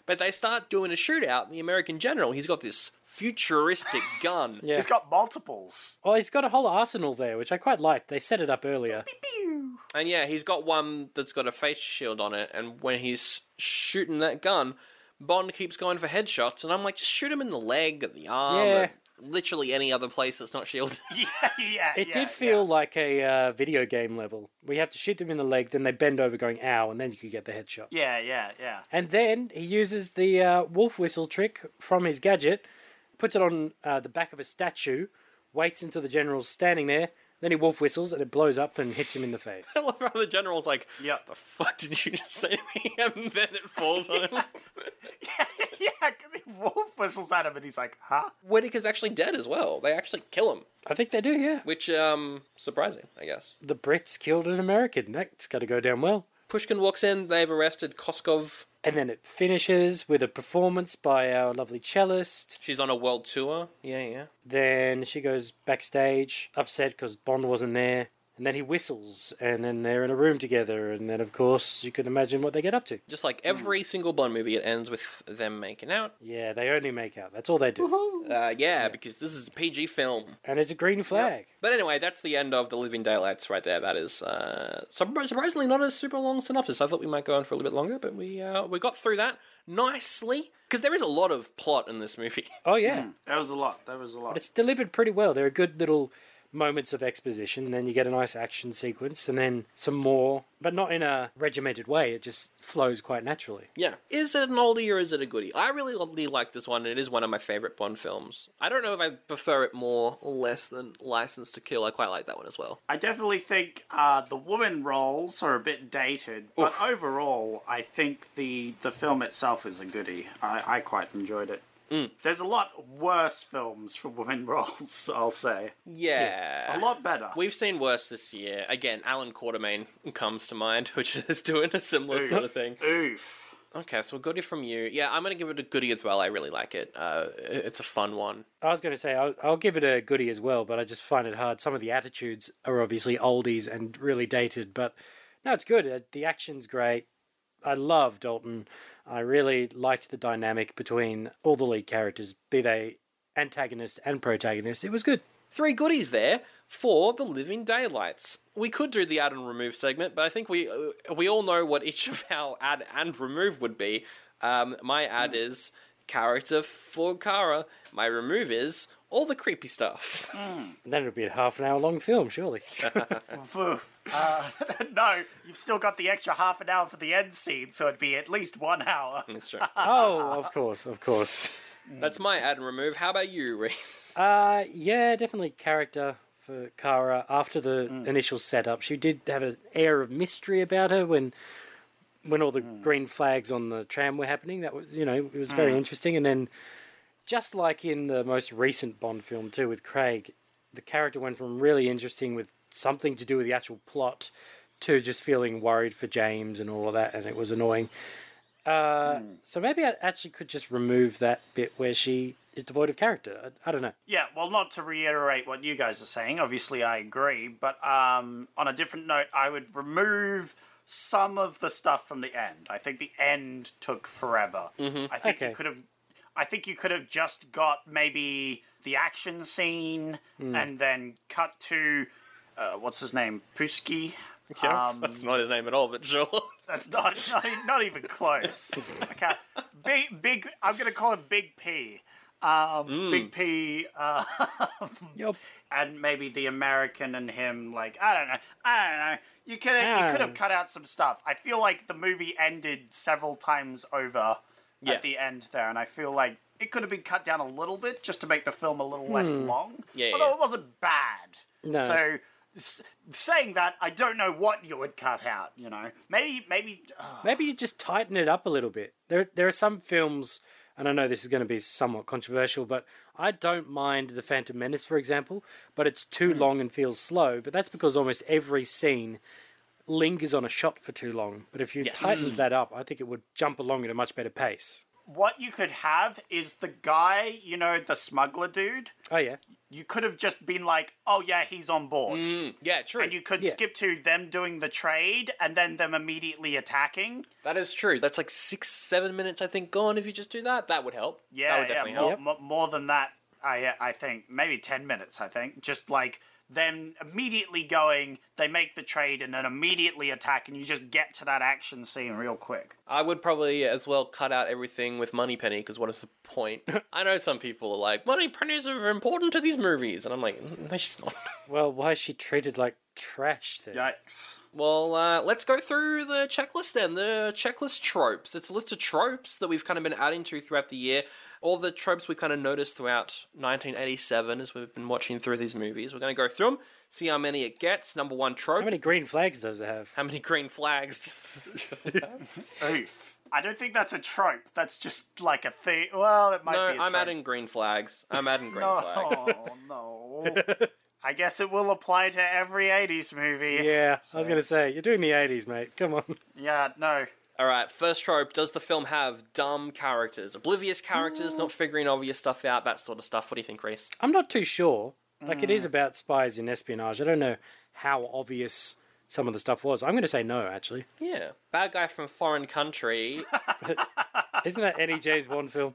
But they start doing a shootout. and The American general, he's got this futuristic gun. Yeah. He's got multiples. Well, he's got a whole arsenal there, which I quite liked. They set it up earlier. And yeah, he's got one that's got a face shield on it, and when he's shooting that gun, Bond keeps going for headshots, and I'm like, just shoot him in the leg, or the arm, Yeah. or literally any other place that's not shielded. Yeah, yeah. It yeah, did feel like a uh, video game level. We have to shoot them in the leg, then they bend over, going ow, and then you could get the headshot. Yeah, yeah, yeah. And then he uses the uh, wolf whistle trick from his gadget, puts it on uh, the back of a statue, waits until the general's standing there, then he wolf whistles and it blows up and hits him in the face. I love how the general's like, Yep. the fuck did you just say to me? And then it falls on him. yeah, because he wolf whistles at him and he's like, huh? Whitaker's actually dead as well. They actually kill him, I think they do, yeah. which um surprising, I guess. The Brits killed an American. That's got to go down well. Pushkin walks in. They've arrested Koskov. And then it finishes with a performance by our lovely cellist. She's on a world tour. Yeah, yeah. Then she goes backstage, upset because Bond wasn't there. And then he whistles, and then they're in a room together. And then, of course, you can imagine what they get up to. Just like every single Bond movie, it ends with them making out. Yeah, they only make out. That's all they do. Uh, yeah, because this is a PG film. And it's a green flag. But anyway, that's the end of The Living Daylights right there. That is uh, surpri- surprisingly not a super long synopsis. I thought we might go on for a little bit longer, but we uh, we got through that nicely because there is a lot of plot in this movie. Oh, yeah. That was a lot. That was a lot. But it's delivered pretty well. There are good little moments of exposition. Then you get a nice action sequence, and then some more, but not in a regimented way. It just flows quite naturally. Yeah. Is it an oldie or is it a goodie? I really, really like this one, and it is one of my favorite Bond films. I don't know if I prefer it more or less than License to Kill. I quite like that one as well. I definitely think uh, the woman roles are a bit dated, but overall, I think the the film itself is a goodie. I, I quite enjoyed it. There's a lot worse films for women roles, I'll say. Yeah. A lot better. We've seen worse this year. Again, Alan Quartermain comes to mind, which is doing a similar sort of thing. Oof. Okay, so a goodie from you. Yeah, I'm going to give it a goodie as well. I really like it. Uh, it's a fun one. I was going to say, I'll, I'll give it a goodie as well, but I just find it hard. Some of the attitudes are obviously oldies and really dated, but no, it's good. Uh, The action's great. I love Dalton. I really liked the dynamic between all the lead characters, be they antagonist and protagonist. It was good. Three goodies there for the Living Daylights. We could do the add and remove segment, but I think we uh, we all know what each of our add and remove would be. Um, my add is character for Kara. My remove is all the creepy stuff. And then it'll be a half an hour long film, surely. Oof. Uh, no, you've still got the extra half an hour for the end scene, so it'd be at least one hour. That's true. oh, of course, of course. That's my add and remove. How about you, Reese? Uh, yeah, definitely character for Kara after the initial setup. She did have an air of mystery about her when when all the green flags on the tram were happening. That was you know it was very interesting. And then just like in the most recent Bond film too with Craig, the character went from really interesting with something to do with the actual plot to just feeling worried for James and all of that, and it was annoying. Uh, So maybe I actually could just remove that bit where she is devoid of character. I, I don't know. Yeah, well, not to reiterate what you guys are saying, obviously I agree, but um, on a different note, I would remove some of the stuff from the end. I think the end took forever. I think Okay. you could have, I think you could have just got maybe the action scene and then cut to, uh, what's his name, Pusky. Yeah, that's not his name at all, but sure. That's not not, e- not even close. Okay, big big. I'm gonna call it Big P. Um, Big P. Uh, Yup. and maybe the American and him. Like I don't know. I don't know. You could you could have Yeah. cut out some stuff. I feel like the movie ended several times over Yeah. at the end there, and I feel like it could have been cut down a little bit just to make the film a little less long. Hmm. Yeah, although yeah. it wasn't bad. No. So. s- Saying that, I don't know what you would cut out. You know, maybe, maybe uh, Maybe you just tighten it up a little bit. There, there are some films, and I know this is going to be somewhat controversial, but I don't mind The Phantom Menace, for example, but it's too long and feels slow. But that's because almost every scene lingers on a shot for too long. But if you tightened that up, I think it would jump along at a much better pace. what you could have is the guy, you know, the smuggler dude. Oh yeah, You could have just been like, "Oh yeah, he's on board," yeah, true. and you could Yeah. skip to them doing the trade and then them immediately attacking. That is true. That's like six, seven minutes, I think, gone if you just do that. That would help. that Yeah, would yeah, definitely more, help. mo- more than that, I I think maybe ten minutes. I think just like them immediately going, they make the trade and then immediately attack, and you just get to that action scene real quick. I would probably as well cut out everything with Moneypenny because what is the point? I know some people are like, Moneypennies are important to these movies. And I'm like, "Mm, no, she's not. Well, why is she treated like trash then? Yikes! Well, uh, let's go through the checklist then. The checklist tropes. It's a list of tropes that we've kind of been adding to throughout the year. All the tropes we kind of noticed throughout 1987 as we've been watching through these movies. We're going to go through them, see how many it gets. Number one trope. How many green flags does it have? how many green flags? Oof! I don't think that's a trope. That's just like a thing. Well, it might no, be. a I'm trope. adding green flags. I'm adding green flags. Oh no. I guess it will apply to every 80s movie. Yeah, I was going to say you're doing the '80s, mate. Come on. Yeah, no. All right, first trope does the film have dumb characters? Oblivious characters, not figuring obvious stuff out, that sort of stuff. What do you think, Reese? I'm not too sure. Like it is about spies and espionage. I don't know how obvious some of the stuff was. I'm going to say no, actually. Yeah. Bad guy from foreign country. Isn't that any James Bond film?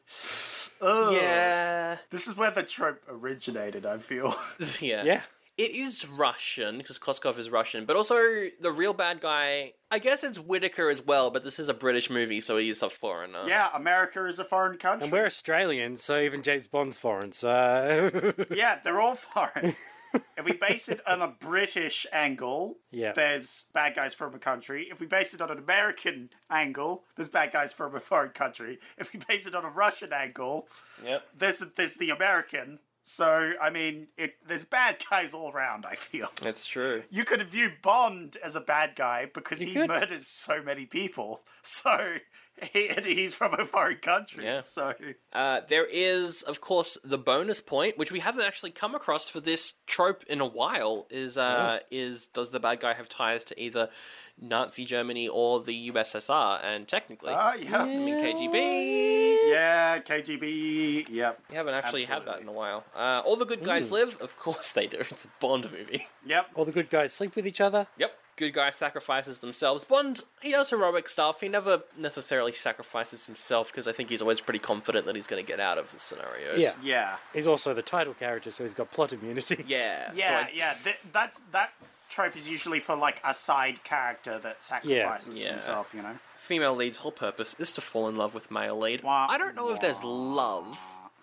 yeah. This is where the trope originated, I feel. Yeah. Yeah. It is Russian because Kloskov is Russian, but also the real bad guy. I guess it's Whitaker as well, but this is a British movie, so he's a foreigner. yeah, America is a foreign country. And we're Australians, so even James Bond's foreign. So yeah, they're all foreign. if we base it on a British angle, Yeah. there's bad guys from a country. If we base it on an American angle, there's bad guys from a foreign country. If we base it on a Russian angle, Yep. there's, there's the American. So, I mean, it, there's bad guys all round, I feel. That's true. you could view Bond as a bad guy because he could. murders so many people. So he, and he's from a foreign country. Yeah. So Uh, there is, of course, the bonus point, which we haven't actually come across for this trope in a while. Is uh, is does the bad guy have ties to either Nazi Germany or the USSR? And technically, ah, yeah, I mean KGB. yeah, KGB. Yep, We haven't actually had that in a while. Uh, all the good Hmm. guys live. Of course they do. It's a Bond movie. yep. all the good guys sleep with each other. Yep. Good guy sacrifices themselves. Bond, he does heroic stuff. He never necessarily sacrifices himself because I think he's always pretty confident that he's going to get out of the scenarios. Yeah. Yeah, He's also the title character, so he's got plot immunity. Yeah. yeah, So I- yeah. Th- that's that trope is usually for like a side character that sacrifices Yeah. himself. You know. Female lead's whole purpose is to fall in love with male lead. Wah, I don't know if there's love.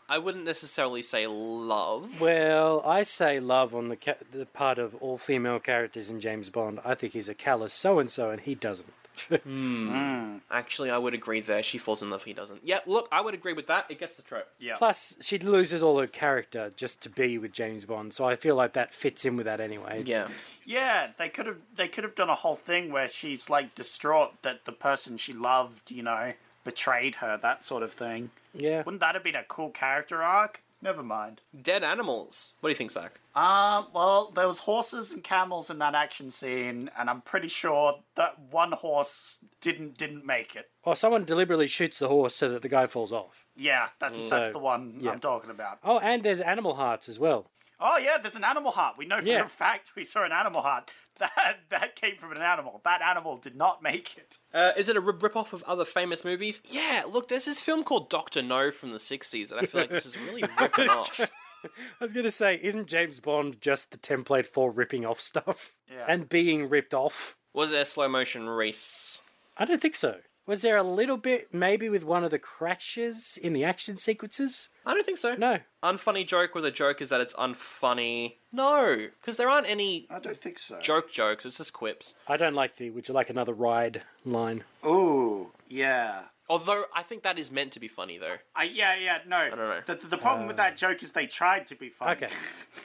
I wouldn't necessarily say love. Well, I say love on the ca- the part of all female characters in James Bond. I think he's a callous so and so, and he doesn't. Actually, I would agree there. She falls in love, he doesn't. Yeah, look, I would agree with that. It gets the trope. Yeah. Plus, she loses all her character just to be with James Bond, so I feel like that fits in with that anyway. Yeah. Yeah, they could have they could have done a whole thing where she's like distraught that the person she loved, you know, betrayed her, that sort of thing. Yeah. Wouldn't that have been a cool character arc? Never mind. Dead animals. What do you think, Zach? Um, well, there was horses and camels in that action scene, and I'm pretty sure that one horse didn't didn't make it. Or someone deliberately shoots the horse so that the guy falls off. Yeah, that's that's the one Mm, yeah. I'm talking about. Oh, and there's animal hearts as well. Oh yeah, there's an animal heart. We know for Yeah. a fact we saw an animal heart. That that came from an animal. That animal did not make it. Uh, is it a rip off of other famous movies? Yeah, look, there's this film called Doctor No from the 60s, and I feel like this is really ripping off. I was going to say, isn't James Bond just the template for ripping off stuff Yeah. and being ripped off? Was there slow motion race? I don't think so. Was there a little bit, maybe with one of the crashes in the action sequences? I don't think so. No. Unfunny joke with a joke is that it's unfunny. No, because there aren't any I don't think so. joke jokes, it's just quips. I don't like the would you like another ride line. Ooh, yeah. Although, I think that is meant to be funny, though. I, yeah, yeah, no. I dunno. The, the, the problem with that joke is they tried to be funny. Uh. Okay.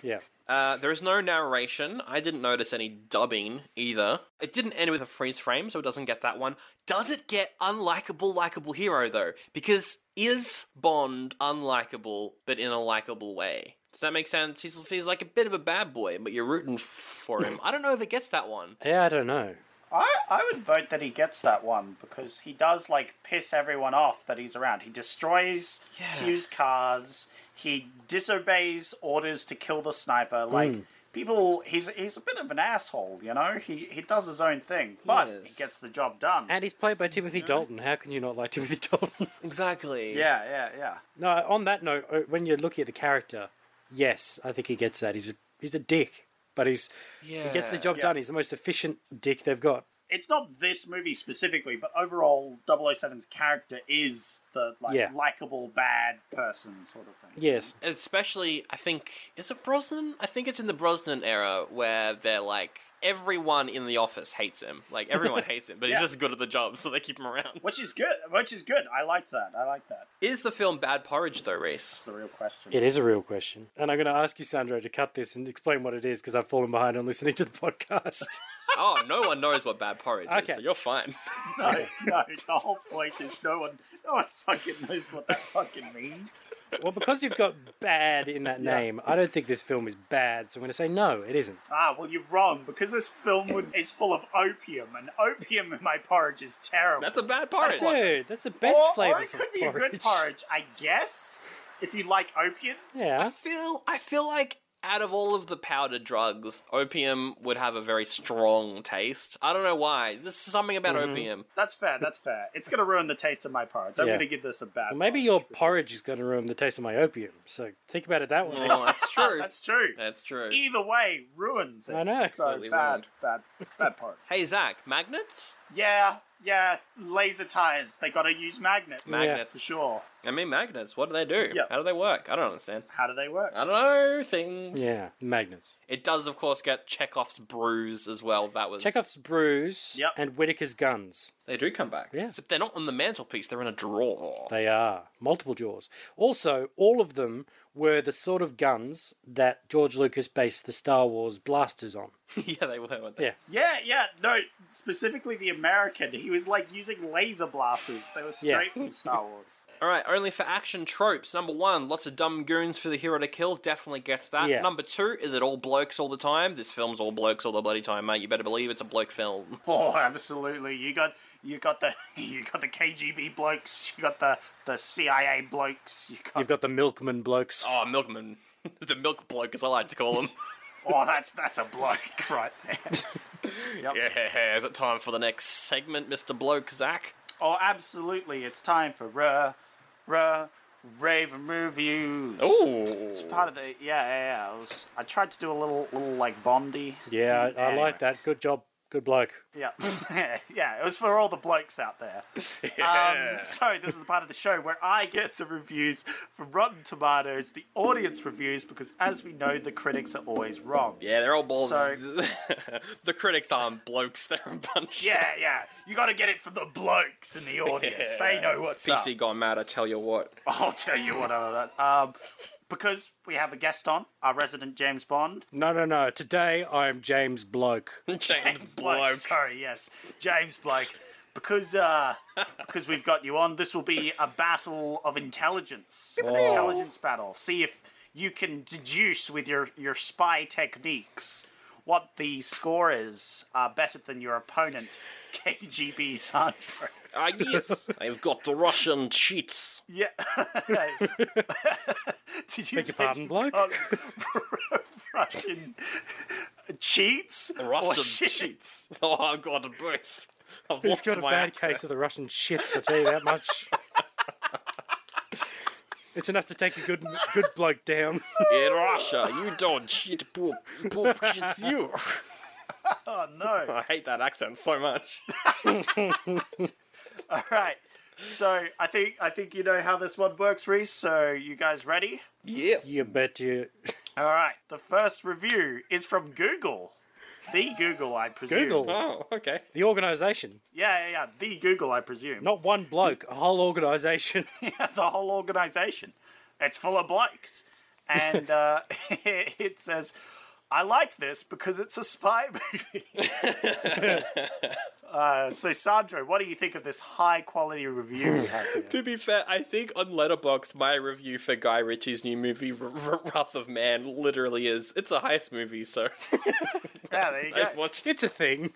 Yeah. Uh, there is no narration. I didn't notice any dubbing either. It didn't end with a freeze frame, so it doesn't get that one. Does it get unlikable, likable hero though? Because is Bond unlikable, but in a likable way? Does that make sense? He's, he's like a bit of a bad boy, but you're rooting for him. I don't know if it gets that one. Yeah, I don't know. I, I would vote that he gets that one because he does, like, piss everyone off that he's around. He destroys Q's cars, he disobeys orders to kill the sniper. Mm. Like, people, he's he's a bit of an asshole, you know? He, he does his own thing, but he, is. gets the job done. And he's played by Timothy Dalton. How can you not like Timothy Dalton? Exactly. yeah, yeah, yeah. no, on that note, uh, when you're looking at the character, yes, I think he gets that. He's a he's a dick, but he's he gets the Yeah. job done. He's the most efficient dick they've got. it's not this movie specifically, but overall, 007's character is the like Yeah. likable bad person sort of thing. Yes. especially I think is it Brosnan? I think it's in the Brosnan era where they're like everyone in the office hates him. Like everyone hates him, but he's Yeah. just good at the job, so they keep him around. Which is good. Which is good. I like that. I like that. Is the film Bad Porridge though, Reese? It's the real question. It is a real question. And I'm going to ask you, Sandro, to cut this and explain what it is because I've fallen behind on listening to the podcast. oh, no one knows what Bad Porridge Okay. is, so you're fine. No, no. The whole point is no one, no one fucking knows what that fucking means. well, because you've got bad in that name, I don't think this film is bad. So I'm going to say no, it isn't. Ah, well, you're wrong because this film would, is full of opium, and opium in my porridge is terrible. That's a bad porridge. Dude, that's the best or, flavor or Oh, it for could be a porridge. good porridge, I guess, if you like opium. Yeah. I feel I feel like out of all of the powder drugs, opium would have a very strong taste. I don't know why. There's something about opium. That's fair. That's fair. It's gonna ruin the taste of my porridge. I'm Yeah. gonna give this a bad. Well, maybe one. your porridge is going to ruin the taste of my opium. So think about it that way. Oh, that's E true. That's true. That's true. Either way, ruins it. I know. So Completely bad, ruined. bad, bad porridge. Hey Zach, magnets? Yeah, yeah. Laser tires. They gotta use magnets. Magnets. for sure. I mean, magnets. What do they do? Yeah. How do they work? I don't understand. How do they work? I don't know things. Yeah, magnets. It does, of course, get Chekhov's brews as well. That was Chekhov's brews Yep. and Whitaker's guns. They do come back. Yeah. Except they're not on the mantelpiece. They're in a drawer. They are multiple jaws. Also, all of them were the sort of guns that George Lucas based the Star Wars blasters on. yeah, they were. Weren't they? Yeah. yeah, yeah. No, specifically the American. He was like using laser blasters. They were Yeah. straight from Star Wars. All right. Only for action tropes. Number one, lots of dumb goons for the hero to kill. Definitely gets that. Yeah. Number two, is it all blokes all the time? This film's all blokes all the bloody time, mate. You better believe it's a bloke film. Oh, absolutely. You got you got the you got the KGB blokes. You got the the CIA blokes. You got You've got the milkman blokes. Oh, milkman. the milk bloke, as I like to call him. Oh, that's that's a bloke right there. yeah. Is it time for the next segment, Mister Bloke Zach? oh, absolutely. It's time for Ruh, Ruh, Raven Reviews. Ooh. It's part of the, yeah, yeah, yeah. I, was, I tried to do a little, little like Bondy. Yeah, I, I like that. Good job, Good bloke. Yeah. yeah, it was for all the blokes out there. Um, so, this is the part of the show where I get the reviews from Rotten Tomatoes, the audience reviews, because as we know, the critics are always wrong. Yeah, they're all balls. So- the critics aren't blokes; they're a bunch. Yeah, yeah. You got to get it from the blokes in the audience. They know what's PC up. gone mad. I tell you what. I'll tell you what. I Um, because we have a guest on, our resident James Bond. No, no, no. Today I'm James Bloke. James, Bloke. bloke. Sorry, yes, James Blake. Because uh, because we've got you on, this will be a battle of intelligence, An intelligence battle. See if you can deduce with your your spy techniques what the score is uh, better than your opponent, KGB Sandro. Ah, yes, I've got the Russian cheats. Yeah. Did you Beg say your pardon, bloke. Russian cheats or Russian sheets? Oh, I've got a both. I've He's lost got a my bad accent. case of the Russian shits, I tell you that much. it's enough to take a good good bloke down. In Russia, you don't shit poop. Poop shits you. Oh no. I hate that accent so much. All right. So I think I think you know how this one works, Reese. So you guys ready? Yes. You bet you. All right. The first review is from Google. The Google, I presume. Google, Oh, okay. the organisation. Yeah, yeah, yeah. The Google, I presume. Not one bloke, a whole organisation. the whole organization. It's full of blokes. And uh, it says, I like this because it's a spy movie. uh, so, Sandro, what do you think of this high quality review we have here? To be fair, I think on Letterboxd, my review for Guy Ritchie's new movie, R- R- Wrath of Man, literally is it's a heist movie, so Yeah, there you I've go. watched it. It's a thing.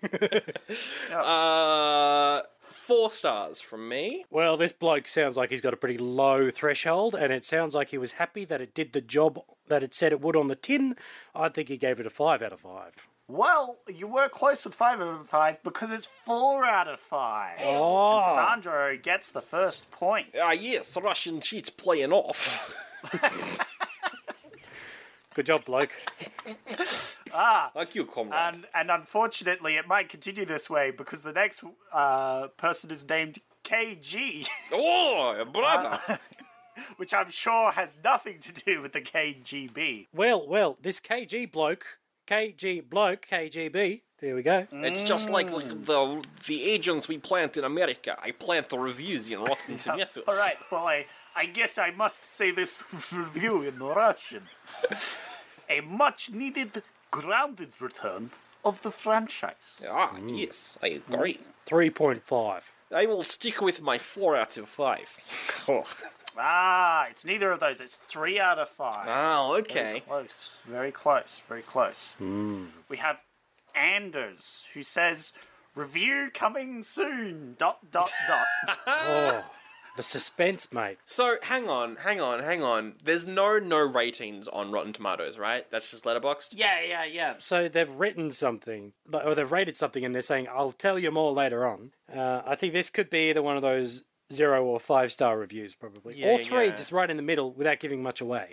Uh, four stars from me. well, this bloke sounds like he's got a pretty low threshold, and it sounds like he was happy that it did the job that it said it would on the tin. I think he gave it a five out of five. Well, you were close with 5 out of 5 because it's 4 out of 5. Oh, Sandro gets the first point. Ah, yes, Russian cheats playing off. good job, bloke. Like you, comrade. And, and unfortunately, it might continue this way because the next uh, person is named KG. oh, brother. which I'm sure has nothing to do with the KGB. Well, well, this KG bloke, KG bloke, KGB. There we go. It's just like the, the the agents we plant in America. I plant the reviews in Rotten Tomatoes. All right, well, I, I guess I must say this review in Russian. A much needed grounded return of the franchise. Ah, yes, I agree. Mm-hmm. Three point five. I will stick with my four out of five. Oh, Ah, it's neither of those. It's three out of five. Ah, okay. Close, very close, very close. We have Anders who says, "Review coming soon." Dot dot dot. The suspense, mate. So hang on, hang on, hang on. There's no no ratings on Rotten Tomatoes, right? That's just letterboxed. yeah, yeah, yeah. So they've written something, like- or they've rated something, and they're saying, "I'll tell you more later on." Uh, I think this could be either one of those zero or five star reviews, probably, or three, yeah. just right in the middle without giving much away.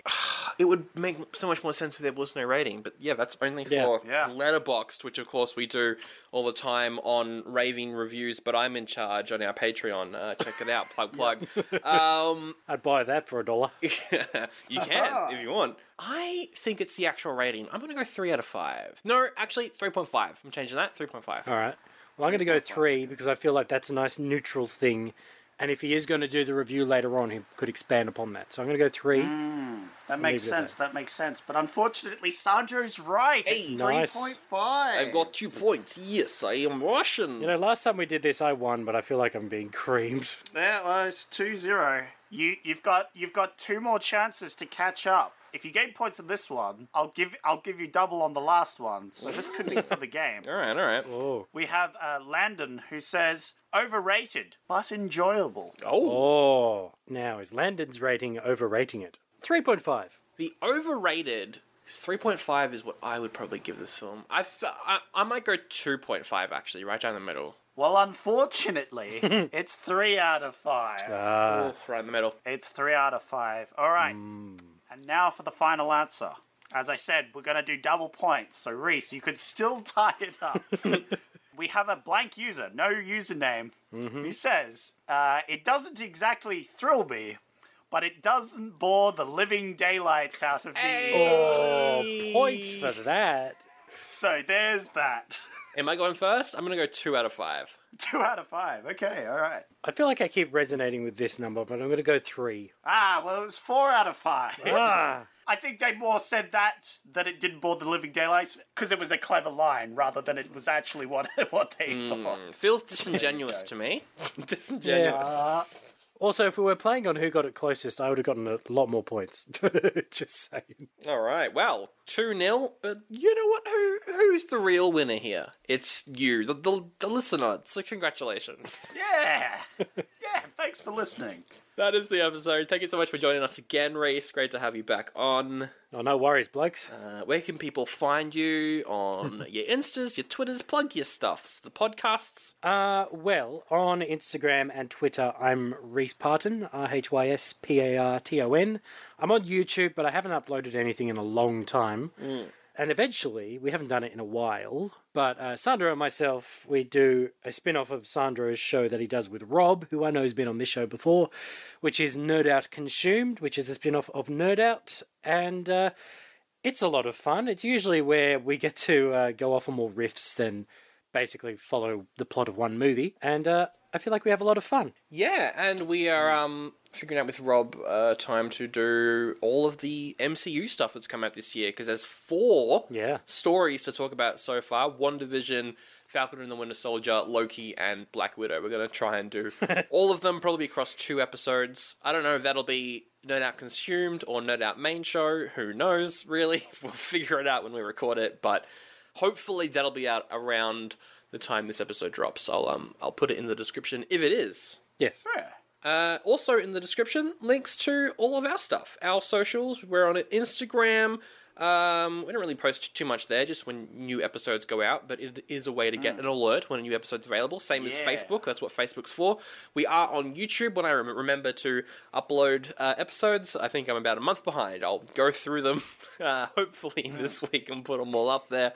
It would make so much more sense if there was no rating, but yeah, that's only for Yeah. letterboxed, which of course we do all the time on raving reviews. But I'm in charge on our Patreon. Uh, check it out. Plug plug. I'd buy that for a dollar. you can if you want. I think it's the actual rating. I'm gonna go three out of five. No, actually, three point five. I'm changing that. Three point five. All right. Well, I'm going to go three because I feel like that's a nice neutral thing, and if he is going to do the review later on, he could expand upon that. So I'm going to go three. Mm, That makes leave it at sense. That. makes sense. But unfortunately, Sandro's right. It's Nice. 3.5. I've got two points. Yes, I am Russian. You know, last time we did this, I won, but I feel like I'm being creamed. Yeah, well, it's 2-0. You you've got you've got two more chances to catch up. If you gain points on this one, I'll give I'll give you double on the last one. So this could be for the game. all right, all right. Oh, We have uh, Landon who says overrated but enjoyable. Oh, oh. Now is Landon's rating overrating it? Three point five. the overrated. 3.5 is what I would probably give this film. I, f- I, I might go 2.5 actually, right down the middle. Well, unfortunately, it's three out of five. oh, right in the middle. It's three out of five. All right. And now for the final answer. As I said, we're going to do double points. So, Reese, you could still tie it up. we have a blank user, no username. He says, uh, "It doesn't exactly thrill me, but it doesn't bore the living daylights out of me." Oh, points for that. So there's that. Am I going first? I'm gonna go two out of five. Two out of five. Okay, all right. I feel like I keep resonating with this number, but I'm going to go three. Ah, well, it was four out of five. Ah, I think they more said that that it didn't bore the living daylights because it was a clever line rather than it was actually what what they thought. It feels disingenuous to me. disingenuous. Also, if we were playing on who got it closest, I would have gotten a lot more points. Just saying. All right. Well, two 0 But you know what? Who who's the real winner here? It's you, the the, the listener. So congratulations. Yeah, yeah. Thanks for listening. that is the episode. Thank you so much for joining us again, Reese. Great to have you back on. Oh, no worries, blokes. Uh, where can people find you on your Instas, your Twitters? Plug your stuffs, the podcasts. Uh, well, on Instagram and Twitter, I'm Reese Parton, R H Y S P A R T O N. I'm on YouTube, but I haven't uploaded anything in a long time. And eventually, we haven't done it in a while, but uh, Sandro and myself, we do a spin off of Sandro's show that he does with Rob, who I know has been on this show before, which is Nerd Out Consumed, which is a spin off of Nerd Out. And uh, it's a lot of fun. It's usually where we get to uh, go off on more riffs than basically follow the plot of one movie. And uh, I feel like we have a lot of fun. Yeah, and we are um figuring out with Rob uh, time to do all of the MCU stuff that's come out this year because there's four Yeah. stories to talk about so far: One Division, Falcon and the Winter Soldier, Loki, and Black Widow. We're gonna try and do all of them probably across two episodes. I don't know if that'll be no doubt consumed or no doubt main show. Who knows? Really, we'll figure it out when we record it, but hopefully that'll be out around the time this episode drops. I'll um I'll put it in the description if it is. Yes. Yeah. Uh, also in the description, links to all of our stuff, our socials. We're on Instagram. Um, we don't really post too much there, just when new episodes go out. But it is a way to get an alert when a new episode's available. Same as Yeah. Facebook. That's what Facebook's for. We are on YouTube. When I rem- remember to upload uh, episodes, I think I'm about a month behind. I'll go through them, uh, hopefully this week, and put them all up there.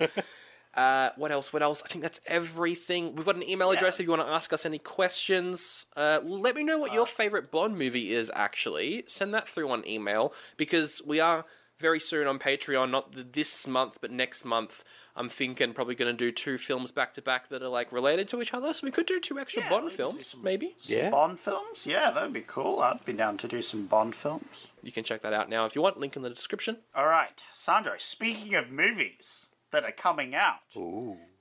Uh, what else? What else? I think that's everything. We've got an email address if you want to ask us any questions. Uh, let me know what your favorite Bond movie is, actually. Send that through on email because we are very soon on Patreon, not th- this month, but next month. I'm thinking probably going to do two films back to back that are like related to each other. So we could do two extra Yeah, we Bond could do films, some- maybe. Yeah. Bond films? Yeah, that'd be cool. I'd be down to do some Bond films. You can check that out now if you want. Link in the description. All right, Sandro, speaking of movies that are coming out,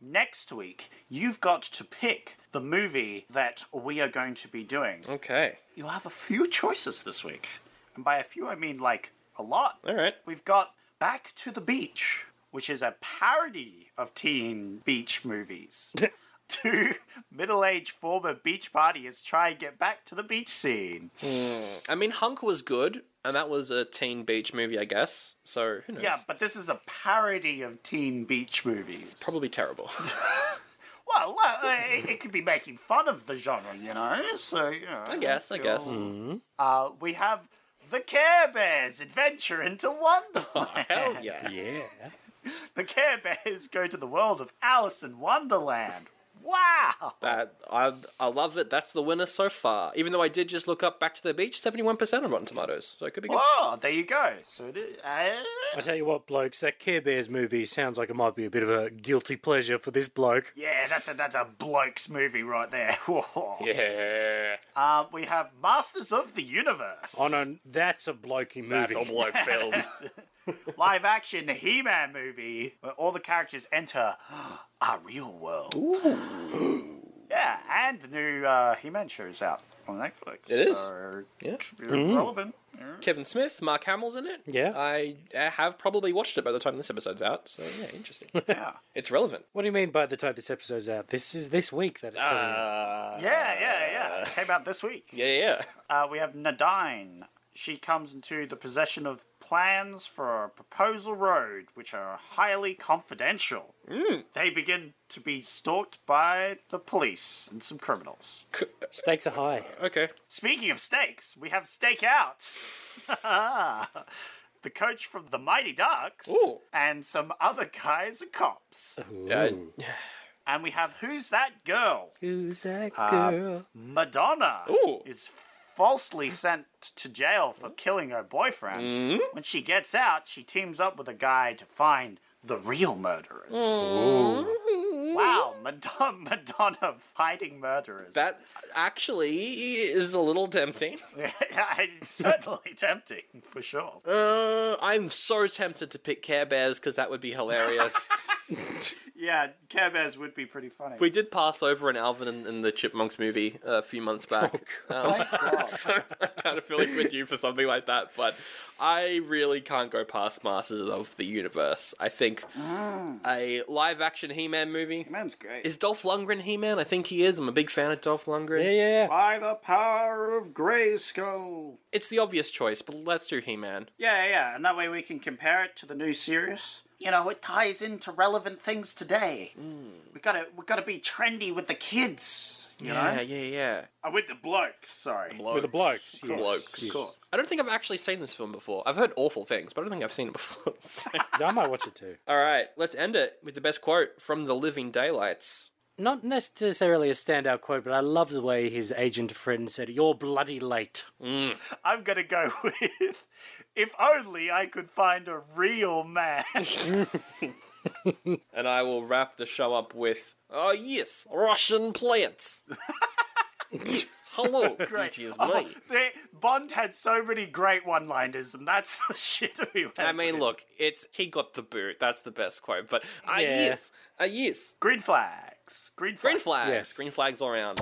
next week you've got to pick the movie that we are going to be doing. Okay. You'll have a few choices this week. And by a few, I mean like a lot. All right. We've got Back to the Beach, which is a parody of teen beach movies. Two middle aged former beach partiers try and get back to the beach scene. I mean, Hunk was good, and that was a teen beach movie, I guess. So who knows? Yeah, but this is a parody of teen beach movies. Probably terrible. Well, uh, it, it could be making fun of the genre, you know? So, you know. I guess, I guess. Uh, we have The Care Bears Adventure into Wonderland. Oh, Hell yeah. Yeah. the Care Bears go to the world of Alice in Wonderland. Wow! That I I love it. That's the winner so far. Even though I did just look up Back to the Beach, seventy one percent on Rotten Tomatoes, so it could be good. Oh, there you go. So, it is, uh, I tell you what, blokes, that Care Bears movie sounds like it might be a bit of a guilty pleasure for this bloke. yeah, that's a that's a bloke's movie right there. Whoa. Yeah, Um, we have Masters of the Universe. Oh no, that's a blokey movie. bloke film. live action He Man movie where all the characters enter a real world. yeah, and the new uh, He Man show is out on Netflix. It is? So Yeah. it should be relevant. Kevin Smith, Mark Hamill's in it. Yeah. I, I have probably watched it by the time this episode's out. So yeah, interesting. Yeah. it's relevant. What do you mean by the time this episode's out? This is this week that it's coming out. Uh, Yeah, yeah, yeah. It Came out this week. yeah, yeah. Uh, we have Nadine. She comes into the possession of plans for a proposal road, which are highly confidential. They begin to be stalked by the police and some criminals. Stakes are high. Okay. Speaking of steaks, we have steak out. the coach from the Mighty Ducks Ooh. and some other guys are cops. Yeah. And we have Who's That Girl? Who's that girl? Madonna Ooh. is falsely sent to jail for killing her boyfriend. Mm-hmm. When she gets out, she teams up with a guy to find the real murderers. Mm-hmm. Wow, Madonna, Madonna fighting murderers. That actually is a little tempting. it's certainly tempting, for sure. Uh, I'm so tempted to pick Care Bears because that would be hilarious. Yeah, Care Bears would be pretty funny. we did pass over an Alvin in, in the Chipmunks movie uh, a few months back. Thank God. so I kind of feel like we're due for something like that, but I really can't go past Masters of the Universe. I think a live action He Man movie. Man's great. Is Dolph Lundgren He Man? I think he is. I'm a big fan of Dolph Lundgren. Yeah, yeah. By the power of Grayskull. It's the obvious choice, but let's do He Man. Yeah, yeah, yeah, and that way we can compare it to the new series. You know, it ties into relevant things today. We gotta, we gotta be trendy with the kids. You Yeah, know, yeah, yeah. Uh, with the blokes. Sorry, With the blokes. yes, Blokes. yes. I don't think I've actually seen this film before. I've heard awful things, but I don't think I've seen it before. So- Yeah, I might watch it too. All right, let's end it with the best quote from The Living Daylights. Not necessarily a standout quote, but I love the way his agent friend said, You're bloody late. I'm gonna go with. If only I could find a real man. And I will wrap the show up with, oh yes, Russian plants. Hello, it is Oh, me. They- Bond had so many great one-liners, and that's the shit that we. Went I mean, with. look, it's he got the boot. That's the best quote. But ah Yeah. yes, ah yes, green flags. Green flags. green flags, Yes. green flags all around.